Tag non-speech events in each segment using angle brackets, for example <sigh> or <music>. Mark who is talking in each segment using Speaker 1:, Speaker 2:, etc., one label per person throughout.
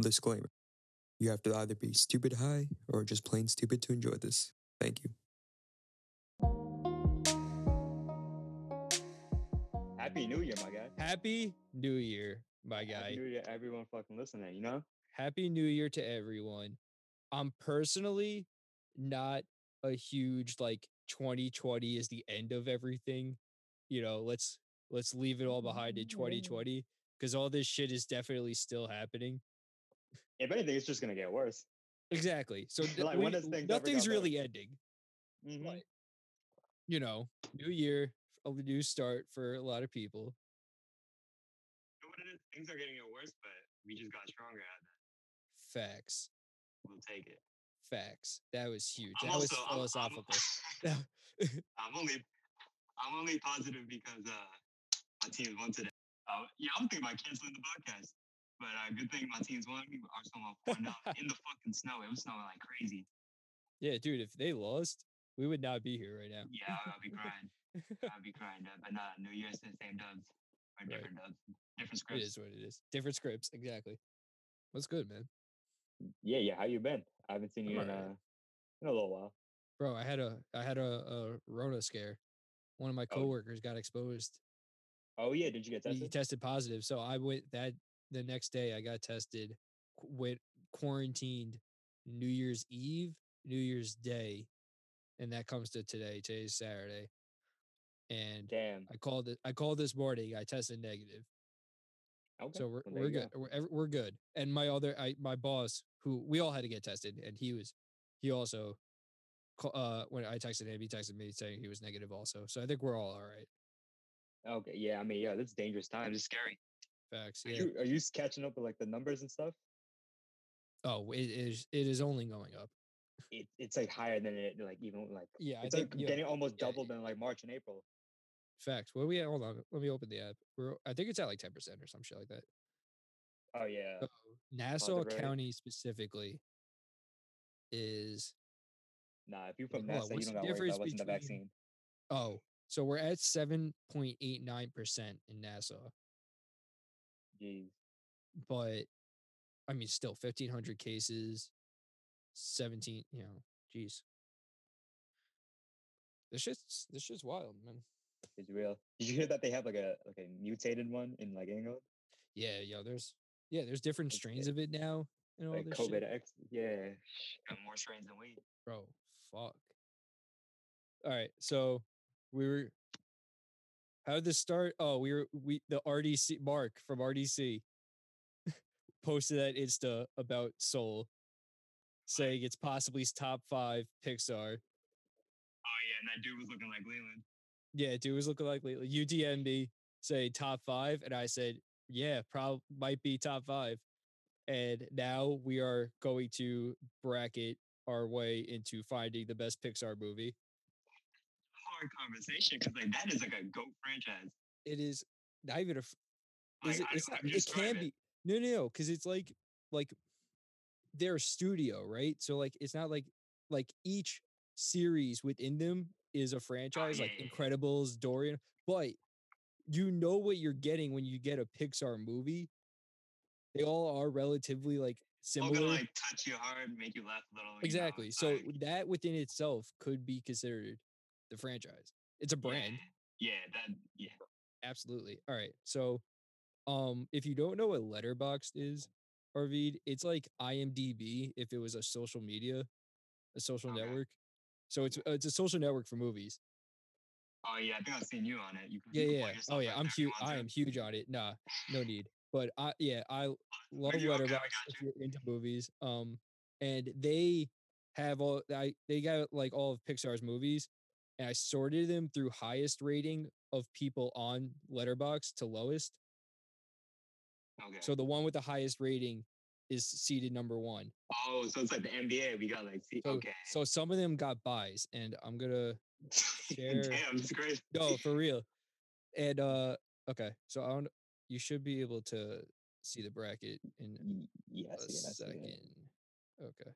Speaker 1: Disclaimer You have to either be stupid high or just plain stupid to enjoy this. Thank you.
Speaker 2: Happy New Year, my guy.
Speaker 3: Happy New Year, my
Speaker 2: Happy
Speaker 3: guy.
Speaker 2: New Year, to everyone fucking listening, you know?
Speaker 3: Happy New Year to everyone. I'm personally not a huge like 2020 is the end of everything. You know, let's let's leave it all behind
Speaker 2: Mm-hmm.
Speaker 3: in 2020 because all this shit is definitely still happening.
Speaker 2: If anything, it's just gonna get worse.
Speaker 3: Exactly.
Speaker 2: <laughs>
Speaker 3: So d-
Speaker 2: Like, when
Speaker 3: we-
Speaker 2: does things ever
Speaker 3: nothing's
Speaker 2: got better?
Speaker 3: really ending.
Speaker 2: Mhm.
Speaker 3: Right. You know, new year, a new start for a lot of people.
Speaker 2: You know what it is? Things are getting worse, but we just got stronger at that.
Speaker 3: Facts.
Speaker 2: We'll take it.
Speaker 3: Facts. That was huge.
Speaker 2: I'm
Speaker 3: That was
Speaker 2: also- I'm- I'm-
Speaker 3: philosophical.
Speaker 2: <laughs> I'm, only I'm only positive because uh my teams won today. Uh, yeah, I'm thinking about canceling the podcast. But uh, good thing my teams won. We were Arsenal won down in the fucking snow. It was snowing like crazy.
Speaker 3: Yeah, dude, if they lost, we would not be here right now.
Speaker 2: Yeah, I'll be crying. I'll be crying. dude. But nah, New Year's the same dubs. Or
Speaker 3: Right.
Speaker 2: different dubs. Different
Speaker 3: It
Speaker 2: scripts.
Speaker 3: is what it is. Different scripts, exactly. What's good, man?
Speaker 2: Yeah, yeah. How you been? I haven't seen you in,
Speaker 3: I'm alright.
Speaker 2: uh, in a little while.
Speaker 3: Bro, I had a I had a, a Rona scare. One of my
Speaker 2: Oh.
Speaker 3: coworkers got exposed.
Speaker 2: Oh yeah, did you get
Speaker 3: He
Speaker 2: tested?
Speaker 3: tested positive, so I went that the next day. I got tested, qu- went quarantined New Year's Eve, New Year's Day, and that comes to today. Today's Saturday, and
Speaker 2: Damn.
Speaker 3: I called it. I called this morning. I tested negative.
Speaker 2: Okay.
Speaker 3: So we're,
Speaker 2: well, there
Speaker 3: we're
Speaker 2: you
Speaker 3: good.
Speaker 2: go.
Speaker 3: We're, ev- we're good. And my other, I, my boss, who we all had to get tested, and he was, he also, ca- uh, when I texted him, he texted me saying he was negative also. So I think we're all all right.
Speaker 2: Okay. Yeah. I mean, yeah, this is dangerous times. It's scary.
Speaker 3: Facts.
Speaker 2: Are
Speaker 3: Yeah.
Speaker 2: you are you s- catching up with like the numbers and stuff?
Speaker 3: oh, it is. It is only going up.
Speaker 2: It, it's like higher than it like even like
Speaker 3: Yeah. I
Speaker 2: it's
Speaker 3: think.
Speaker 2: like
Speaker 3: yeah,
Speaker 2: getting almost
Speaker 3: yeah,
Speaker 2: double than like March and April.
Speaker 3: facts. What are we at? Hold on. Let me open the app. We're. I think it's at like ten percent or some shit like that.
Speaker 2: Oh yeah.
Speaker 3: So Nassau
Speaker 2: positive rate.
Speaker 3: County specifically is
Speaker 2: Nah, if you're
Speaker 3: Like,
Speaker 2: from
Speaker 3: hold on,
Speaker 2: NASA, you
Speaker 3: what's
Speaker 2: don't
Speaker 3: the
Speaker 2: got worried
Speaker 3: difference
Speaker 2: about wasn't the
Speaker 3: between-
Speaker 2: vaccine.
Speaker 3: oh, so we're at seven point eight nine percent in Nassau.
Speaker 2: Jeez.
Speaker 3: but I mean, still fifteen hundred cases, seventeen. You know, jeez, this shit's this shit's wild, man.
Speaker 2: It's real. Did you hear that they have like a like a mutated one in like England?
Speaker 3: Yeah, yo, there's yeah, there's different
Speaker 2: Like,
Speaker 3: strains
Speaker 2: uh,
Speaker 3: of it now and all
Speaker 2: like
Speaker 3: this
Speaker 2: COVID
Speaker 3: shit,
Speaker 2: X. Yeah. Got more strains than we.
Speaker 3: bro. Fuck. All right, so we were. How did this start? Oh, we were we the RDC Mark from RDC <laughs> posted that Insta about Soul, saying it's possibly top five Pixar.
Speaker 2: Oh yeah, and that dude was looking like Leland.
Speaker 3: Yeah, dude was looking like lately. You DM me, say top five, and I said, yeah, prob might be top five. And now we are going to bracket our way into finding the best Pixar movie.
Speaker 2: Hard conversation because like that is like a goat franchise.
Speaker 3: It is not even a. f-
Speaker 2: Like,
Speaker 3: Is it,
Speaker 2: I
Speaker 3: it's
Speaker 2: don't know
Speaker 3: not,
Speaker 2: how to
Speaker 3: it
Speaker 2: describe
Speaker 3: can be no, no, no, because it's like like their studio, right? So like it's not like like each series within them is a franchise,
Speaker 2: Oh,
Speaker 3: like
Speaker 2: yeah, yeah, yeah.
Speaker 3: Incredibles, Dorian, but you know what you're getting when you get a Pixar movie. They all are relatively like
Speaker 2: I'm gonna
Speaker 3: similar.
Speaker 2: like touch your heart, and make you laugh a little. you know,
Speaker 3: exactly. So
Speaker 2: like,
Speaker 3: that within itself could be considered the franchise. It's a brand.
Speaker 2: Yeah, yeah, that. Yeah.
Speaker 3: Absolutely. All right. So, um, if you don't know what Letterboxd is, Arvid, it's like IMDb if it was a social media, a social
Speaker 2: Okay.
Speaker 3: network. So it's uh, it's a social network for movies.
Speaker 2: Oh yeah, I think I've seen you on it. You, can-
Speaker 3: Yeah,
Speaker 2: you can
Speaker 3: yeah.
Speaker 2: plug
Speaker 3: yeah.
Speaker 2: yourself
Speaker 3: Oh yeah,
Speaker 2: right
Speaker 3: I'm
Speaker 2: there if
Speaker 3: huge.
Speaker 2: you want
Speaker 3: I
Speaker 2: to.
Speaker 3: am huge on it. Nah, no need. But I yeah,
Speaker 2: <laughs>
Speaker 3: I love
Speaker 2: Maybe- okay, we
Speaker 3: Letterboxd
Speaker 2: got
Speaker 3: if you're into movies. Um, and they have all I they got like all of Pixar's movies, and I sorted them through highest rating of people on Letterboxd to lowest.
Speaker 2: Okay.
Speaker 3: So the one with the highest rating is seated number one.
Speaker 2: oh, so it's like the NBA. We got like. See,
Speaker 3: So,
Speaker 2: okay. <laughs>
Speaker 3: so some of them got buys, and I'm gonna share-
Speaker 2: Damn, it's crazy.
Speaker 3: no
Speaker 2: <laughs>
Speaker 3: for real. And uh okay, so I don't you should be able to see the bracket in
Speaker 2: Y- Yeah, I
Speaker 3: a
Speaker 2: see it, I see it.
Speaker 3: second. Okay.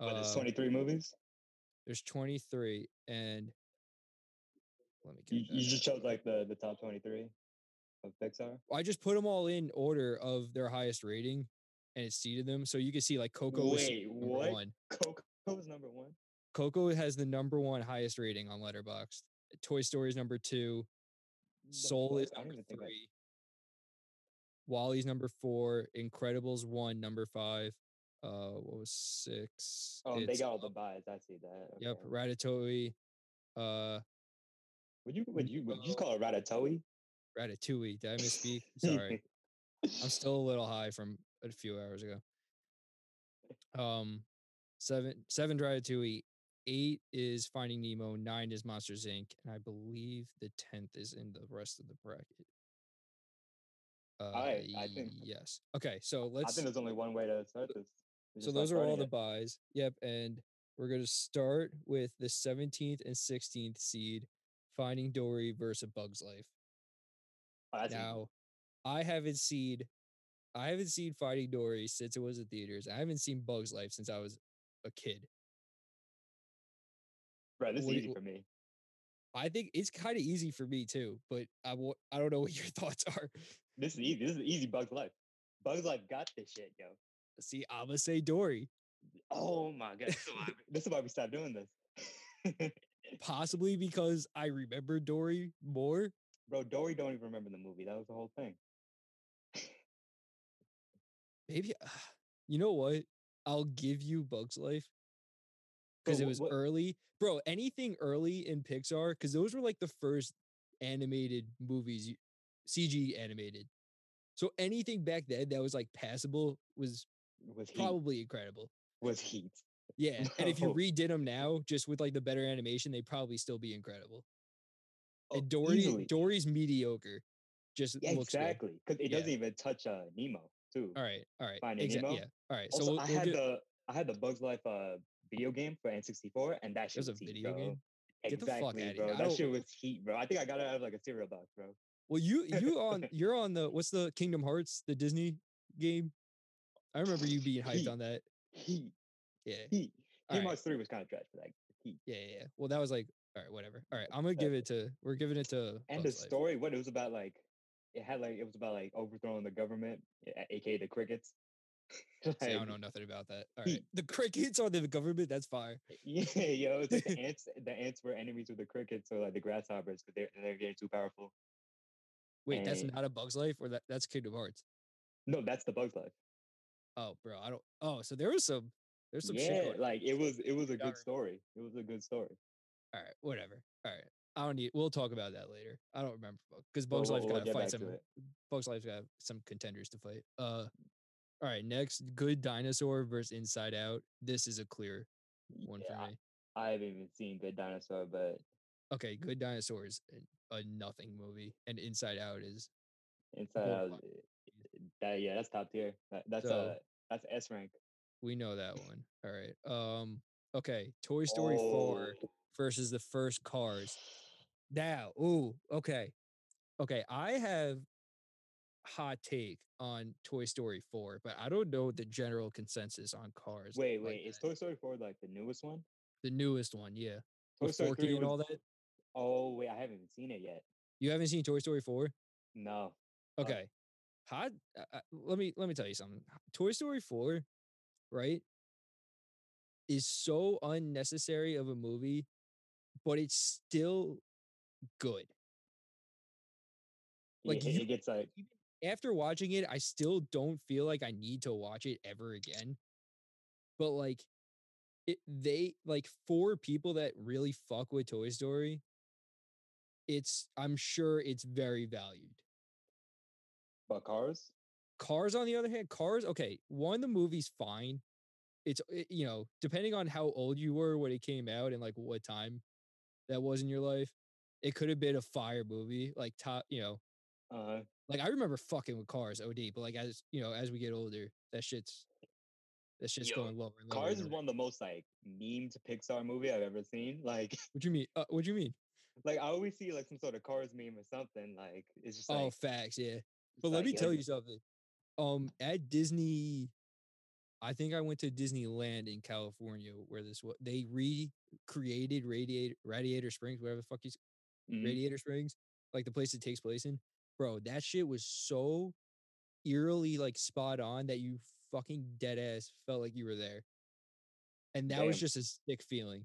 Speaker 2: But it's
Speaker 3: Uh,
Speaker 2: 23 movies.
Speaker 3: there's 23 and let me get
Speaker 2: You, you
Speaker 3: that
Speaker 2: just
Speaker 3: out.
Speaker 2: chose like the the top 23 of Pixar.
Speaker 3: I just put them all in order of their highest rating and it seeded them. So you can see like Coco was
Speaker 2: Wait,
Speaker 3: number
Speaker 2: what?
Speaker 3: one.
Speaker 2: Coco was number one.
Speaker 3: Coco has the number one highest rating on Letterboxd. Toy Story is number two.
Speaker 2: The
Speaker 3: Soul
Speaker 2: fuck?
Speaker 3: is
Speaker 2: I don't
Speaker 3: number
Speaker 2: even think I-
Speaker 3: three. Wally's number four. Incredibles one, number five. Uh, what was six?
Speaker 2: Oh, they
Speaker 3: It's,
Speaker 2: got all the
Speaker 3: um,
Speaker 2: buys. I see that.
Speaker 3: Yep,
Speaker 2: okay.
Speaker 3: Ratatouille. Uh,
Speaker 2: Would you
Speaker 3: Mm,
Speaker 2: would you would you just call it ratatouille?
Speaker 3: Ratatouille. Did
Speaker 2: <laughs>
Speaker 3: I misspeak? <laughs> Sorry. I'm still a little high from a few hours ago. Um, seven seven Ratatouille, eight is Finding Nemo, nine is Monsters Inc, and I believe the tenth is in the rest of the bracket. Uh,
Speaker 2: I- I think-
Speaker 3: yes. Okay, so
Speaker 2: I
Speaker 3: let's.
Speaker 2: think there's only one way to start this. You
Speaker 3: So
Speaker 2: just
Speaker 3: those
Speaker 2: start
Speaker 3: are all the
Speaker 2: voting
Speaker 3: buys. Yep, and we're gonna start with the seventeenth and sixteenth seed, Finding Dory versus Bug's Life.
Speaker 2: it. Oh, that's easy.
Speaker 3: Now, I haven't seen, I haven't seen Fighting Dory since it was in theaters. I haven't seen Bugs Life since I was a kid.
Speaker 2: Bro, this is
Speaker 3: what do
Speaker 2: easy
Speaker 3: you-
Speaker 2: for me.
Speaker 3: I think it's kind of easy for me too, but I I w- I don't know what <laughs> your thoughts are.
Speaker 2: This is easy. This is easy. Bugs Life. Bugs Life got this shit, yo.
Speaker 3: See, I'ma say Dory,
Speaker 2: Oh my god. This is
Speaker 3: <laughs>
Speaker 2: why, we- this is why we stopped doing this. <laughs>
Speaker 3: possibly because I remember Dory more.
Speaker 2: Bro, Dory don't even remember the movie. That was the whole thing.
Speaker 3: Maybe uh, you know what? I'll give you Bugs Life
Speaker 2: Bro,
Speaker 3: because it
Speaker 2: wh-
Speaker 3: was
Speaker 2: what-
Speaker 3: early, bro. Anything early in Pixar because those were like the first animated movies, you- CG animated. So anything back then that was like passable was
Speaker 2: was heat.
Speaker 3: probably Uh, incredible.
Speaker 2: was heat.
Speaker 3: Yeah, and if you
Speaker 2: Bro.
Speaker 3: redid them now, just with like the better animation, they'd probably still be incredible.
Speaker 2: Oh,
Speaker 3: and Dory,
Speaker 2: easily.
Speaker 3: Dory's mediocre. Just
Speaker 2: Yeah,
Speaker 3: looks good.
Speaker 2: exactly. Because it
Speaker 3: Yeah.
Speaker 2: doesn't even touch uh, Nemo too.
Speaker 3: All right, all right,
Speaker 2: Finding Nemo?
Speaker 3: exactly. Yeah, all right.
Speaker 2: Also,
Speaker 3: so we'll,
Speaker 2: I
Speaker 3: we'll
Speaker 2: had
Speaker 3: get,
Speaker 2: the I had the Bugs Life uh video game for N64, and that shit
Speaker 3: there's a
Speaker 2: was heat,
Speaker 3: video
Speaker 2: bro.
Speaker 3: game. Get the fuck
Speaker 2: Exactly,
Speaker 3: outta
Speaker 2: bro.
Speaker 3: here. I
Speaker 2: That
Speaker 3: don't-
Speaker 2: shit was heat, bro. I think I got it out of like a cereal box, bro. <laughs>
Speaker 3: Well, you you on you're on the what's the Kingdom Hearts the Disney game? I remember you being hyped
Speaker 2: Heat.
Speaker 3: on that.
Speaker 2: Heat,
Speaker 3: Yeah,
Speaker 2: heat.
Speaker 3: All
Speaker 2: Kingdom
Speaker 3: right.
Speaker 2: Hearts Three was kind of trash for that. Heat.
Speaker 3: yeah, yeah. yeah. Well, that was like all right, whatever. All right, I'm gonna give it to we're giving it to
Speaker 2: And the
Speaker 3: Bugs Life.
Speaker 2: story, what it was about, like it had like it was about like overthrowing the government, a- aka the crickets. <laughs>
Speaker 3: See, I
Speaker 2: Like,
Speaker 3: don't know nothing about that. All right,
Speaker 2: Heat.
Speaker 3: the crickets are the government. That's fire.
Speaker 2: <laughs> Yeah, yo, it's
Speaker 3: <laughs>
Speaker 2: like the ants. The ants were enemies with the crickets, so like the grasshoppers, because they're they're getting too powerful.
Speaker 3: Wait, that's
Speaker 2: And-
Speaker 3: not a Bugs Life, or that that's Kingdom Hearts.
Speaker 2: No, that's the Bugs Life.
Speaker 3: Oh, bro, I don't. Oh, so there was some there's some shit.
Speaker 2: Yeah,
Speaker 3: Going.
Speaker 2: like it was it was a
Speaker 3: Got
Speaker 2: good
Speaker 3: her.
Speaker 2: story. It was a good story.
Speaker 3: all right, whatever. All right, I don't need. We'll talk about that later. I don't remember because
Speaker 2: But
Speaker 3: Bugs
Speaker 2: we'll-
Speaker 3: Life's
Speaker 2: we'll
Speaker 3: gotta
Speaker 2: get
Speaker 3: fight
Speaker 2: back to
Speaker 3: some
Speaker 2: it.
Speaker 3: Bugs Life's got some contenders to fight. Uh, all right, next, Good Dinosaur versus Inside Out. This is a clear one
Speaker 2: Yeah,
Speaker 3: for me.
Speaker 2: I haven't even seen Good Dinosaur, but
Speaker 3: Okay, Good Dinosaur is a- a nothing movie, and Inside Out is
Speaker 2: Inside
Speaker 3: Well,
Speaker 2: Out,
Speaker 3: fuck.
Speaker 2: uh, that yeah, that's top tier. That, that's
Speaker 3: So-
Speaker 2: uh that's S rank.
Speaker 3: we know that one. All right. Um. Okay, Toy Story Four
Speaker 2: Oh,
Speaker 3: versus the first Cars. Now, ooh, okay, okay. I have hot take on Toy Story Four, but I don't know the general consensus on Cars.
Speaker 2: Wait,
Speaker 3: like
Speaker 2: wait, is
Speaker 3: that.
Speaker 2: Toy Story four like the newest one?
Speaker 3: the newest one? Yeah,
Speaker 2: Toy
Speaker 3: with
Speaker 2: Story
Speaker 3: Forky and
Speaker 2: was-
Speaker 3: all that.
Speaker 2: Oh wait, I haven't even seen it yet.
Speaker 3: You haven't seen Toy Story Four?
Speaker 2: No, Okay.
Speaker 3: Okay. Hot. Uh, let me let me tell you something. Toy Story Four, right, is so unnecessary of a movie, but it's still good. Like,
Speaker 2: it, it-
Speaker 3: you-
Speaker 2: it gets like
Speaker 3: After watching it, I still don't feel like I need to watch it ever again. But like, it they like for people that really fuck with Toy Story. It's I'm sure it's very valued.
Speaker 2: but cars.
Speaker 3: Cars, on the other hand, Cars. Okay, one the movie's fine. It's it- you know depending on how old you were when it came out and like what time that was in your life, it could have been a fire movie. Like top, you know,
Speaker 2: Uh,
Speaker 3: like I remember fucking with Cars OD, but like as you know as we get older, that shit's that shit's
Speaker 2: Yo,
Speaker 3: going lower. And lower
Speaker 2: Cars
Speaker 3: and
Speaker 2: is
Speaker 3: lower.
Speaker 2: one of the most like memed Pixar movie I've ever seen. <laughs> Like,
Speaker 3: What do you mean? Uh, what do you mean?
Speaker 2: like I always see like some sort of Cars meme or something. Like, it's just like.
Speaker 3: oh, facts. Yeah.
Speaker 2: it's
Speaker 3: But let
Speaker 2: like,
Speaker 3: me
Speaker 2: yeah,
Speaker 3: tell you something. Um, at Disney, I think I went to Disneyland in California where this was. They recreated Radiator Radiator Springs, whatever the fuck you s-
Speaker 2: mhm.
Speaker 3: Radiator Springs, like the place it takes place in. Bro, that shit was so eerily like spot on that you fucking dead ass felt like you were there. And that was
Speaker 2: Damn.
Speaker 3: just a sick feeling.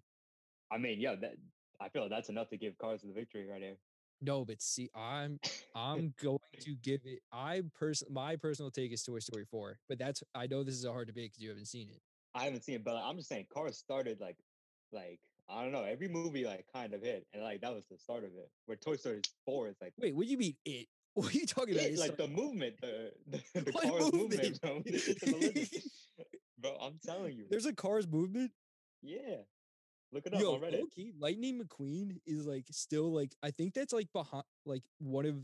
Speaker 2: I mean, yeah, that I feel that's enough to give Carson the victory right here.
Speaker 3: No, but see, I'm I'm going to give it. I person my personal take is Toy Story four, but that's I know this is a hard debate because you haven't seen it.
Speaker 2: I haven't seen it, but like, I'm just saying, Cars started like, like I don't know, every movie like kind of hit, and like that was the start of it. Where Toy Story four is like,
Speaker 3: Wait, what do you mean it? <laughs> What are you talking about?
Speaker 2: it,
Speaker 3: It's
Speaker 2: like
Speaker 3: starting-
Speaker 2: the movement, the <laughs>
Speaker 3: <laughs>
Speaker 2: the, the
Speaker 3: What
Speaker 2: Cars
Speaker 3: movement?
Speaker 2: movement,
Speaker 3: <laughs>
Speaker 2: bro. It's just a religion. <laughs> bro. I'm telling you,
Speaker 3: There's a Cars movement.
Speaker 2: yeah, look it up
Speaker 3: Yo,
Speaker 2: on Reddit.
Speaker 3: low-key, Lightning McQueen is like still like I think that's like behind like one of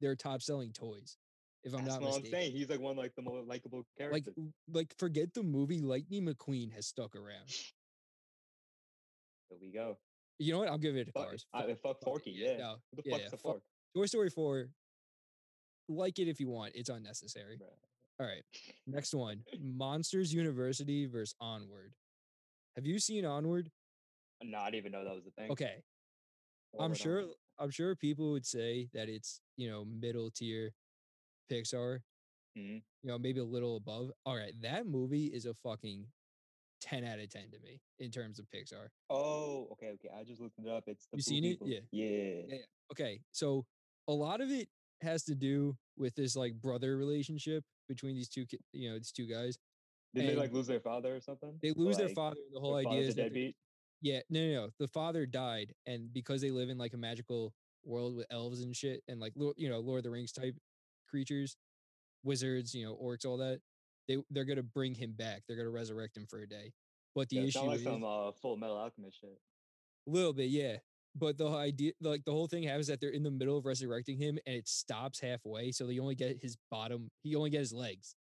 Speaker 3: their top selling toys, if I'm
Speaker 2: That's
Speaker 3: not
Speaker 2: what
Speaker 3: mistaken.
Speaker 2: I'm saying. He's like one like the most likable
Speaker 3: like
Speaker 2: characters.
Speaker 3: w- like forget the movie lightning mcqueen has stuck around
Speaker 2: there we go.
Speaker 3: you know what i'll give it to
Speaker 2: Fuck,
Speaker 3: cars
Speaker 2: I,
Speaker 3: Fuck-
Speaker 2: fuck Forky, yeah.
Speaker 3: no
Speaker 2: Who the
Speaker 3: yeah,
Speaker 2: fuck's
Speaker 3: yeah,
Speaker 2: the
Speaker 3: fuck
Speaker 2: fork?
Speaker 3: toy story 4 like it if you want it's unnecessary
Speaker 2: Bruh.
Speaker 3: all right next one monsters university versus onward have you seen onward
Speaker 2: No, I didn't even know that was the thing.
Speaker 3: okay
Speaker 2: Or
Speaker 3: i'm
Speaker 2: Red
Speaker 3: sure
Speaker 2: Army.
Speaker 3: i'm sure people would say that it's you know middle tier pixar
Speaker 2: Mhm.
Speaker 3: you know maybe a little above all right that movie is a fucking 10 out of 10 to me in terms of pixar
Speaker 2: Oh, okay, okay. I just looked it up. It's the
Speaker 3: You
Speaker 2: Blue
Speaker 3: seen it?
Speaker 2: People.
Speaker 3: Yeah.
Speaker 2: Yeah.
Speaker 3: Yeah. okay, so a lot of it has to do with this like brother relationship between these two, ki- you know, these two guys.
Speaker 2: Did they like
Speaker 3: And
Speaker 2: lose their father or something?
Speaker 3: They
Speaker 2: Or,
Speaker 3: lose their
Speaker 2: like,
Speaker 3: father. And the whole
Speaker 2: their
Speaker 3: idea
Speaker 2: father's
Speaker 3: is
Speaker 2: a
Speaker 3: that they-
Speaker 2: deadbeat?
Speaker 3: yeah, no, no, no. The father died, and because they live in like a magical world with elves and shit, and like Lo- you know Lord of the Rings type creatures, wizards, you know, orcs, all that. They they're gonna bring him back. They're gonna resurrect him for a day. But the
Speaker 2: Yeah, it's
Speaker 3: issue
Speaker 2: not like
Speaker 3: is
Speaker 2: some uh, Full Metal Alchemist shit.
Speaker 3: little bit, yeah. But the whole idea, like the whole thing, happens that they're in the middle of resurrecting him, and it stops halfway, so they only get his bottom. He only get his legs.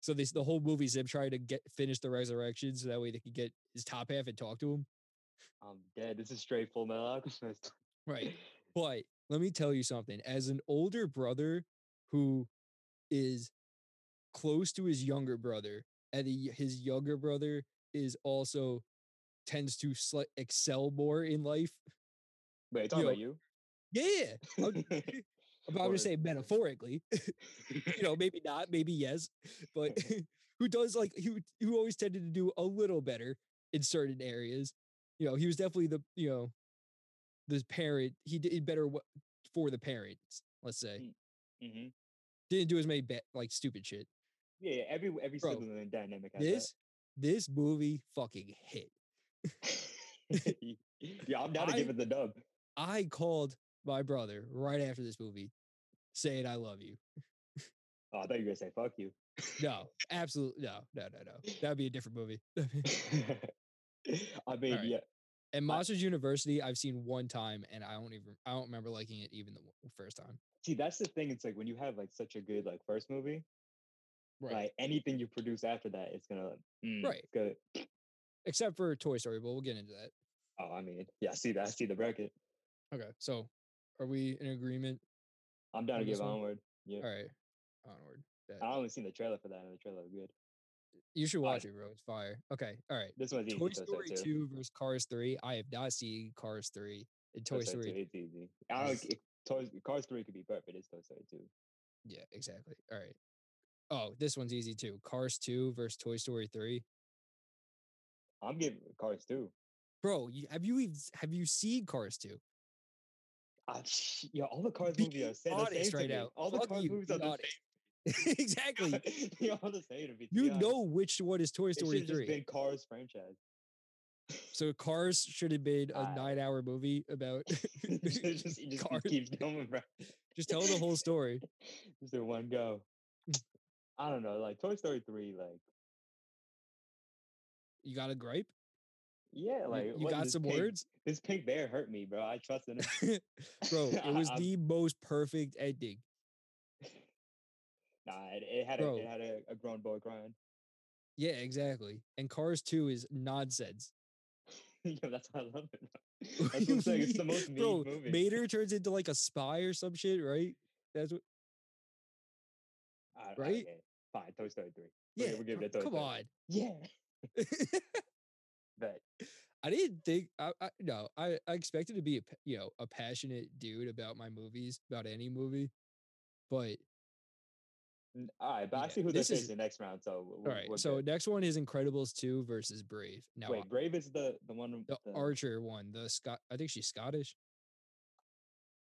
Speaker 3: So this the whole movie's them trying to get finish the resurrection, so that way they could get his top half and talk to him.
Speaker 2: I'm dead. This is straight Full Metal Alchemist.
Speaker 3: Right. But let me tell you something. As an older brother who is close to his younger brother, and the, his younger brother is also tends to sli- excel more in life.
Speaker 2: <laughs> Wait, talking
Speaker 3: Yo,
Speaker 2: about you?
Speaker 3: Yeah.
Speaker 2: <laughs>
Speaker 3: I'm- But I'm just
Speaker 2: course.
Speaker 3: saying metaphorically, <laughs> you know, maybe not, maybe yes, but <laughs> who does like who who always tended to do a little better in certain areas. You know, he was definitely the you know the parent. He did better wh- for the parents. Let's say
Speaker 2: Mm. hmm
Speaker 3: didn't do as many ba- like stupid shit.
Speaker 2: Yeah, yeah, every every
Speaker 3: Bro,
Speaker 2: sibling dynamic. has
Speaker 3: This this movie fucking hit.
Speaker 2: <laughs> that. yeah, I'm down to give
Speaker 3: I-
Speaker 2: it the dub.
Speaker 3: I called my brother right after this movie, saying I love you.
Speaker 2: Oh, I thought you were gonna say fuck
Speaker 3: <laughs>
Speaker 2: you. <laughs>
Speaker 3: No, absolutely no, no, no, no. That'd be a different movie.
Speaker 2: I mean,
Speaker 3: right.
Speaker 2: yeah,
Speaker 3: And
Speaker 2: I-
Speaker 3: Monsters University, I've seen one time, and I don't even I don't remember liking it even the w- first time.
Speaker 2: See, that's the thing. It's like when you have like such a good like first movie, like anything you produce after that, it's gonna mm,
Speaker 3: Right.
Speaker 2: it's Good.
Speaker 3: Except for Toy Story, but we'll get into that.
Speaker 2: Oh, I mean, yeah. I See that? I see the bracket.
Speaker 3: Okay, so are we in agreement?
Speaker 2: I'm down
Speaker 3: On
Speaker 2: to
Speaker 3: this
Speaker 2: give
Speaker 3: one?
Speaker 2: onward. Yeah.
Speaker 3: All right, onward. Bet.
Speaker 2: I only seen the trailer for that, and the trailer was good.
Speaker 3: You should
Speaker 2: I-
Speaker 3: watch it, bro. It's fire. Okay, all right.
Speaker 2: This one's easy.
Speaker 3: Toy
Speaker 2: Toy
Speaker 3: Story Two versus Cars Three. I have not seen Cars Three. And Toy Story,
Speaker 2: Two, It's easy. I don't.
Speaker 3: is-
Speaker 2: It, Toy, Cars Three could be perfect. It's Toy Story Two.
Speaker 3: yeah, exactly. All right. Oh, this one's easy too. Cars Two versus Toy Story Three.
Speaker 2: I'm giving Cars Two.
Speaker 3: Bro, you, have you even have you seen Cars Two?
Speaker 2: I, yeah, all the Cars
Speaker 3: Be
Speaker 2: movies are saying the
Speaker 3: honest
Speaker 2: same to
Speaker 3: right
Speaker 2: me.
Speaker 3: now.
Speaker 2: All the
Speaker 3: Fuck
Speaker 2: Cars
Speaker 3: you,
Speaker 2: movies
Speaker 3: be
Speaker 2: are the
Speaker 3: honest.
Speaker 2: same. <laughs>
Speaker 3: <laughs> exactly.
Speaker 2: They're all the same to me. to be
Speaker 3: You
Speaker 2: honest.
Speaker 3: know which one is Toy
Speaker 2: it should
Speaker 3: Story
Speaker 2: have just
Speaker 3: three.
Speaker 2: been Cars franchise. <laughs>
Speaker 3: So Cars should have been a
Speaker 2: I-
Speaker 3: nine hour movie about <laughs>
Speaker 2: It just, it just
Speaker 3: cars.
Speaker 2: keeps <laughs> going, bro.
Speaker 3: Just tell
Speaker 2: <laughs>
Speaker 3: the whole story.
Speaker 2: Just in one go.
Speaker 3: Mm.
Speaker 2: I don't know, like Toy Story three, like you
Speaker 3: You got a gripe?
Speaker 2: yeah,
Speaker 3: You-
Speaker 2: like
Speaker 3: you,
Speaker 2: what-
Speaker 3: got
Speaker 2: this
Speaker 3: some
Speaker 2: pink-
Speaker 3: words,
Speaker 2: This pink bear hurt me, bro. I trusted him. <laughs>
Speaker 3: <laughs> bro. It was
Speaker 2: I'm-
Speaker 3: the most perfect ending.
Speaker 2: Nah, it, it had
Speaker 3: Bro.
Speaker 2: a it had a, a grown boy crying. <laughs>
Speaker 3: Yeah, exactly. And Cars two is nonsense. <laughs>
Speaker 2: yeah, that's why I love it. bro. That's what I'm saying. It's the most mean
Speaker 3: bro.
Speaker 2: movie.
Speaker 3: Mater turns into like a spy or some shit, right? That's what.
Speaker 2: I- I-
Speaker 3: right?
Speaker 2: okay, Fine, Toy Story three.
Speaker 3: Yeah,
Speaker 2: Okay, we'll give
Speaker 3: bro,
Speaker 2: it to Toy
Speaker 3: come on.
Speaker 2: Story. Yeah, but
Speaker 3: I didn't think I, I no I, I expected to be a pa- you know a passionate dude about my movies about any movie, but
Speaker 2: N- All right, but I
Speaker 3: Yeah,
Speaker 2: see who they're
Speaker 3: this is-
Speaker 2: facing next round. So
Speaker 3: All right. So
Speaker 2: good.
Speaker 3: next one is Incredibles two versus Brave. Now
Speaker 2: wait, Brave is the the one.
Speaker 3: the
Speaker 2: the-
Speaker 3: Archer one, the Scot, I think she's Scottish.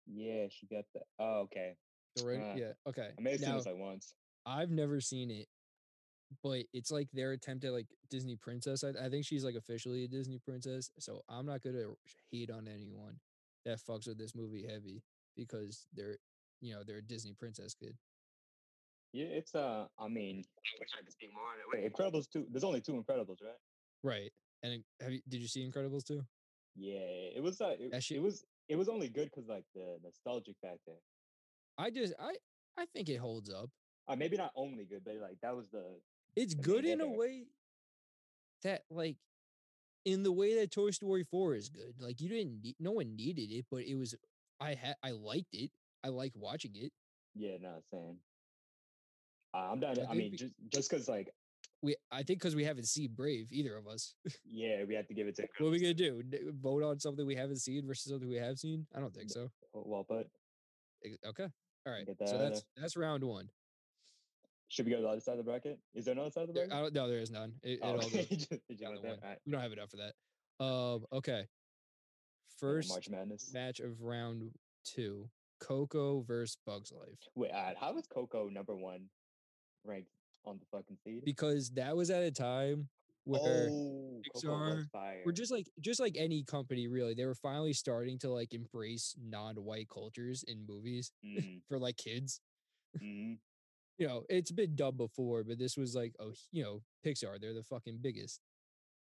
Speaker 2: Yeah, she got the. Oh, okay.
Speaker 3: The right,
Speaker 2: Uh,
Speaker 3: yeah, okay.
Speaker 2: I may have seen
Speaker 3: Now,
Speaker 2: this like once.
Speaker 3: I've never seen it, but it's like their attempt at like Disney princess. I, I think she's like officially a Disney princess, so I'm not gonna hate on anyone that fucks with this movie heavy because they're, you know, they're a Disney princess kid.
Speaker 2: Yeah, it's uh. I mean,
Speaker 4: I wish I could speak more on it.
Speaker 2: wait, Incredibles two. There's only two Incredibles, right?
Speaker 3: Right. And it- have you did you see Incredibles too?
Speaker 2: Yeah, it was. Uh, it,
Speaker 3: That shit-
Speaker 2: it was. It was only good because like the nostalgic factor.
Speaker 3: I just I I think it holds up.
Speaker 2: Uh, maybe not only good, but like that was the.
Speaker 3: It's
Speaker 2: mean,
Speaker 3: good
Speaker 2: it
Speaker 3: in a
Speaker 2: is.
Speaker 3: way that like in the way that Toy Story 4 is good. Like you didn't need no one needed it, but it was I had I liked it. I like watching it.
Speaker 2: Yeah, no, same. Uh, I'm done.
Speaker 3: I
Speaker 2: I,
Speaker 3: think
Speaker 2: mean,
Speaker 3: be-
Speaker 2: just just because like
Speaker 3: We I think because we haven't seen Brave, either
Speaker 2: <laughs>
Speaker 3: of us.
Speaker 2: yeah, we have to give it to.
Speaker 3: what are we
Speaker 2: Incredibles
Speaker 3: gonna
Speaker 2: two.
Speaker 3: do? N- Vote on something we haven't seen versus something we have seen? I don't think
Speaker 2: No.
Speaker 3: so.
Speaker 2: Oh, Well, but
Speaker 3: Ex- Okay. All right.
Speaker 2: Get that
Speaker 3: So
Speaker 2: outta
Speaker 3: that's that's round one.
Speaker 2: should we go to the other side of the bracket? Is there another side of the <laughs>
Speaker 3: There-
Speaker 2: bracket?
Speaker 3: I don't no, there is none. It, it
Speaker 2: Oh, <laughs>
Speaker 3: all
Speaker 2: okay.
Speaker 3: goes-
Speaker 2: You just- you
Speaker 3: down
Speaker 2: went
Speaker 3: the
Speaker 2: there.
Speaker 3: one.
Speaker 2: All right.
Speaker 3: we don't have it up for that. Um, okay.
Speaker 2: Okay,
Speaker 3: First
Speaker 2: March Madness.
Speaker 3: match of round two Coco versus Bugs Life.
Speaker 2: Wait, all right, how is Coco number one ranked on the fucking seed?
Speaker 3: Because that was at a time where
Speaker 2: oh,
Speaker 3: Pixar
Speaker 2: fire.
Speaker 3: we're just like just like any company really, they were finally starting to like embrace non-white cultures in movies
Speaker 2: Mm,
Speaker 3: for like kids.
Speaker 2: mhm.
Speaker 3: You know, it's been dubbed before, but this was like oh you know, Pixar, they're the fucking biggest.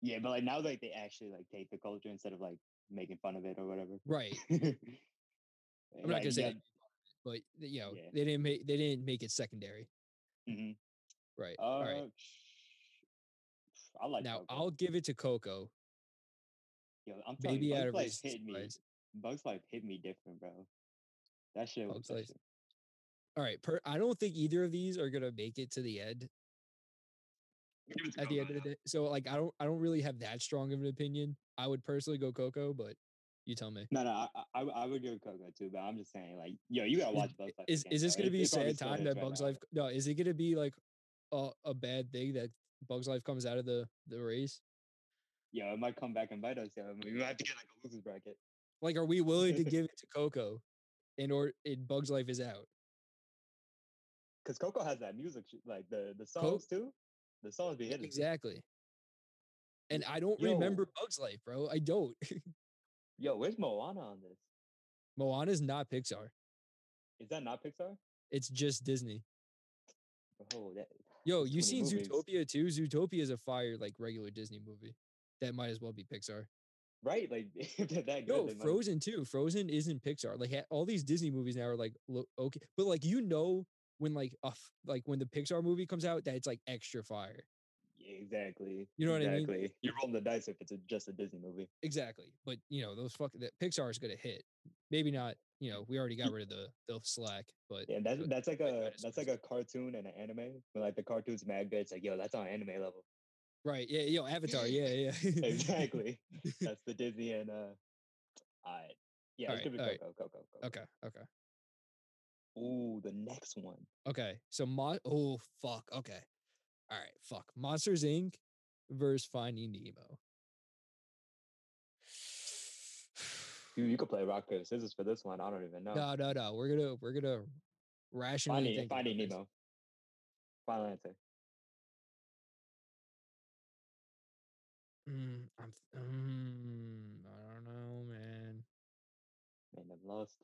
Speaker 2: Yeah, but like now, like they actually like take the culture instead of like making fun of it or whatever. <laughs>
Speaker 3: Right. I'm not gonna say they made fun of it, but you know,
Speaker 2: Yeah.
Speaker 3: they didn't make they didn't make it secondary.
Speaker 2: hmm
Speaker 3: Right.
Speaker 2: Uh,
Speaker 3: All right.
Speaker 2: sh- I like
Speaker 3: now
Speaker 2: Coco.
Speaker 3: I'll give it to Coco.
Speaker 2: Yo, I'm telling
Speaker 3: Maybe
Speaker 2: you,
Speaker 3: out
Speaker 2: Bugs
Speaker 3: of
Speaker 2: Life
Speaker 3: recency
Speaker 2: hit me.
Speaker 3: bias.
Speaker 2: Bugs Life hit me different, bro. That shit was.
Speaker 3: Bugs
Speaker 2: that
Speaker 3: Life.
Speaker 2: shit-
Speaker 3: All right, per, I don't think either of these are gonna make it to the end
Speaker 4: Give it to
Speaker 3: at the
Speaker 4: Coco
Speaker 3: end of the
Speaker 4: now.
Speaker 3: day. So like, I don't, I don't really have that strong of an opinion. I would personally go Coco, but you tell me.
Speaker 2: No, no, I, I, I would give Coco too, but I'm just saying, like, yo, you gotta
Speaker 3: Is-
Speaker 2: watch Bugs Life.
Speaker 3: Is
Speaker 2: again,
Speaker 3: is this
Speaker 2: bro.
Speaker 3: gonna
Speaker 2: It-
Speaker 3: be a
Speaker 2: it's on
Speaker 3: sad
Speaker 2: its
Speaker 3: time
Speaker 2: finish
Speaker 3: that
Speaker 2: right
Speaker 3: Bugs
Speaker 2: now.
Speaker 3: Life? No, is it gonna be like a, a bad thing that Bugs Life comes out of the the race?
Speaker 2: Yo, it might come back and bite us. Yo, we might have to get like a losers bracket.
Speaker 3: Like, are we willing to give it to Coco, in or in Bugs Life is out?
Speaker 2: Cause Coco has that music, sh- like the the songs too. The songs be hitting.
Speaker 3: Exactly. And I don't remember Bugs Life, bro. I don't. <laughs>
Speaker 2: Yo, where's Moana on this?
Speaker 3: Moana's not Pixar.
Speaker 2: Is that not Pixar?
Speaker 3: It's just Disney.
Speaker 2: Oh, that
Speaker 3: Yo,
Speaker 2: That's
Speaker 3: you seen
Speaker 2: 20 movies.
Speaker 3: Zootopia too? Zootopia is a fire like regular Disney movie. That might as well be Pixar.
Speaker 2: right, like <laughs> if they're that good.
Speaker 3: Yo,
Speaker 2: they might-
Speaker 3: Frozen too. Frozen isn't Pixar. Like ha- all these Disney movies now are like lo- okay, but like you know when like a f- like when the Pixar movie comes out, that it's like extra fire.
Speaker 2: Yeah, exactly.
Speaker 3: You know what I mean?
Speaker 2: exactly. You're rolling the dice if it's a, just a Disney movie.
Speaker 3: Exactly. But you know those fuck that Pixar is gonna hit. Maybe not. You know we already got rid of the the slack, but
Speaker 2: Yeah, that's
Speaker 3: but
Speaker 2: that's like
Speaker 3: might
Speaker 2: a
Speaker 3: not as
Speaker 2: that's
Speaker 3: good
Speaker 2: like a cartoon and an anime. When like the cartoon's mad good, it's like yo, that's on anime
Speaker 3: <laughs>
Speaker 2: level.
Speaker 3: right. Yeah. Yo, Avatar. Yeah. Yeah.
Speaker 2: <laughs> exactly. That's the Disney and uh, all right. Yeah,
Speaker 3: All
Speaker 2: it's
Speaker 3: right,
Speaker 2: gonna be
Speaker 3: all right.
Speaker 2: Coco, Coco, Coco.
Speaker 3: <laughs> okay. Okay.
Speaker 2: Ooh, the next one.
Speaker 3: Okay. So Mon oh fuck. Okay. All right. Fuck. Monsters Inc. versus Finding Nemo. <sighs>
Speaker 2: Dude, you could play rock paper scissors for this one. I don't even know.
Speaker 3: No, no, no. We're gonna we're gonna
Speaker 2: Oh.
Speaker 3: rationally
Speaker 2: Finding,
Speaker 3: think
Speaker 2: finding
Speaker 3: about this.
Speaker 2: Nemo. Final answer.
Speaker 3: Mm, I'm th- mm, I don't know, man.
Speaker 2: Man, I'm lost.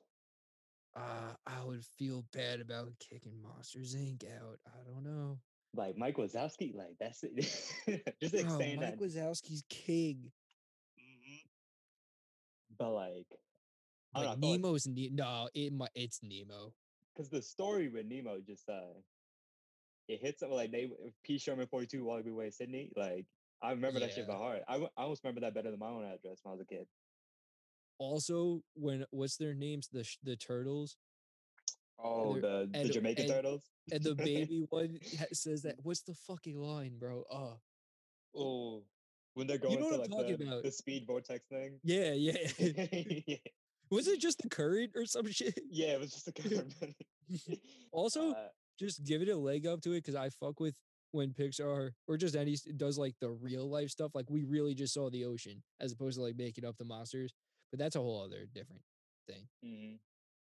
Speaker 3: Uh, I would feel bad about kicking Monsters Inc. out. I don't know.
Speaker 2: Like Mike Wazowski, like that's it. <laughs> Just
Speaker 3: Bro,
Speaker 2: expand
Speaker 3: Oh, Mike
Speaker 2: that. Mm-hmm.
Speaker 3: Wazowski's king.
Speaker 4: Mhm.
Speaker 2: but like, Oh, I
Speaker 3: Like
Speaker 2: don't know. I feel like-
Speaker 3: Nemo's ne- no, it mi- it's Nemo.
Speaker 2: because the story with Nemo just uh it hits up like they P Sherman 42 Wallaby Way Sydney like I remember that shit by
Speaker 3: Yeah.
Speaker 2: heart I, w- I almost remember that better than my own address when I was a kid
Speaker 3: Also, when what's their names? The sh- the turtles.
Speaker 2: oh
Speaker 3: there-
Speaker 2: the the
Speaker 3: and-
Speaker 2: Jamaican
Speaker 3: and-
Speaker 2: turtles <laughs>
Speaker 3: and the baby one ha- says that what's the fucking line bro uh
Speaker 2: oh when they're
Speaker 3: You
Speaker 2: going
Speaker 3: know
Speaker 2: to
Speaker 3: what
Speaker 2: like
Speaker 3: I'm talking
Speaker 2: the,
Speaker 3: about.
Speaker 2: the speed vortex
Speaker 3: <laughs>
Speaker 2: thing <laughs>
Speaker 3: yeah yeah
Speaker 2: yeah,
Speaker 3: was it just the current or some <laughs> shit
Speaker 2: <laughs>
Speaker 3: <laughs>
Speaker 2: yeah it was just a cover.
Speaker 3: also
Speaker 2: uh,
Speaker 3: just give it a leg up to it because I fuck with when Pixar or just any s- does like the real life stuff. Like we really just saw the ocean as opposed to like making up the monsters. But that's a whole other different thing.
Speaker 2: hmm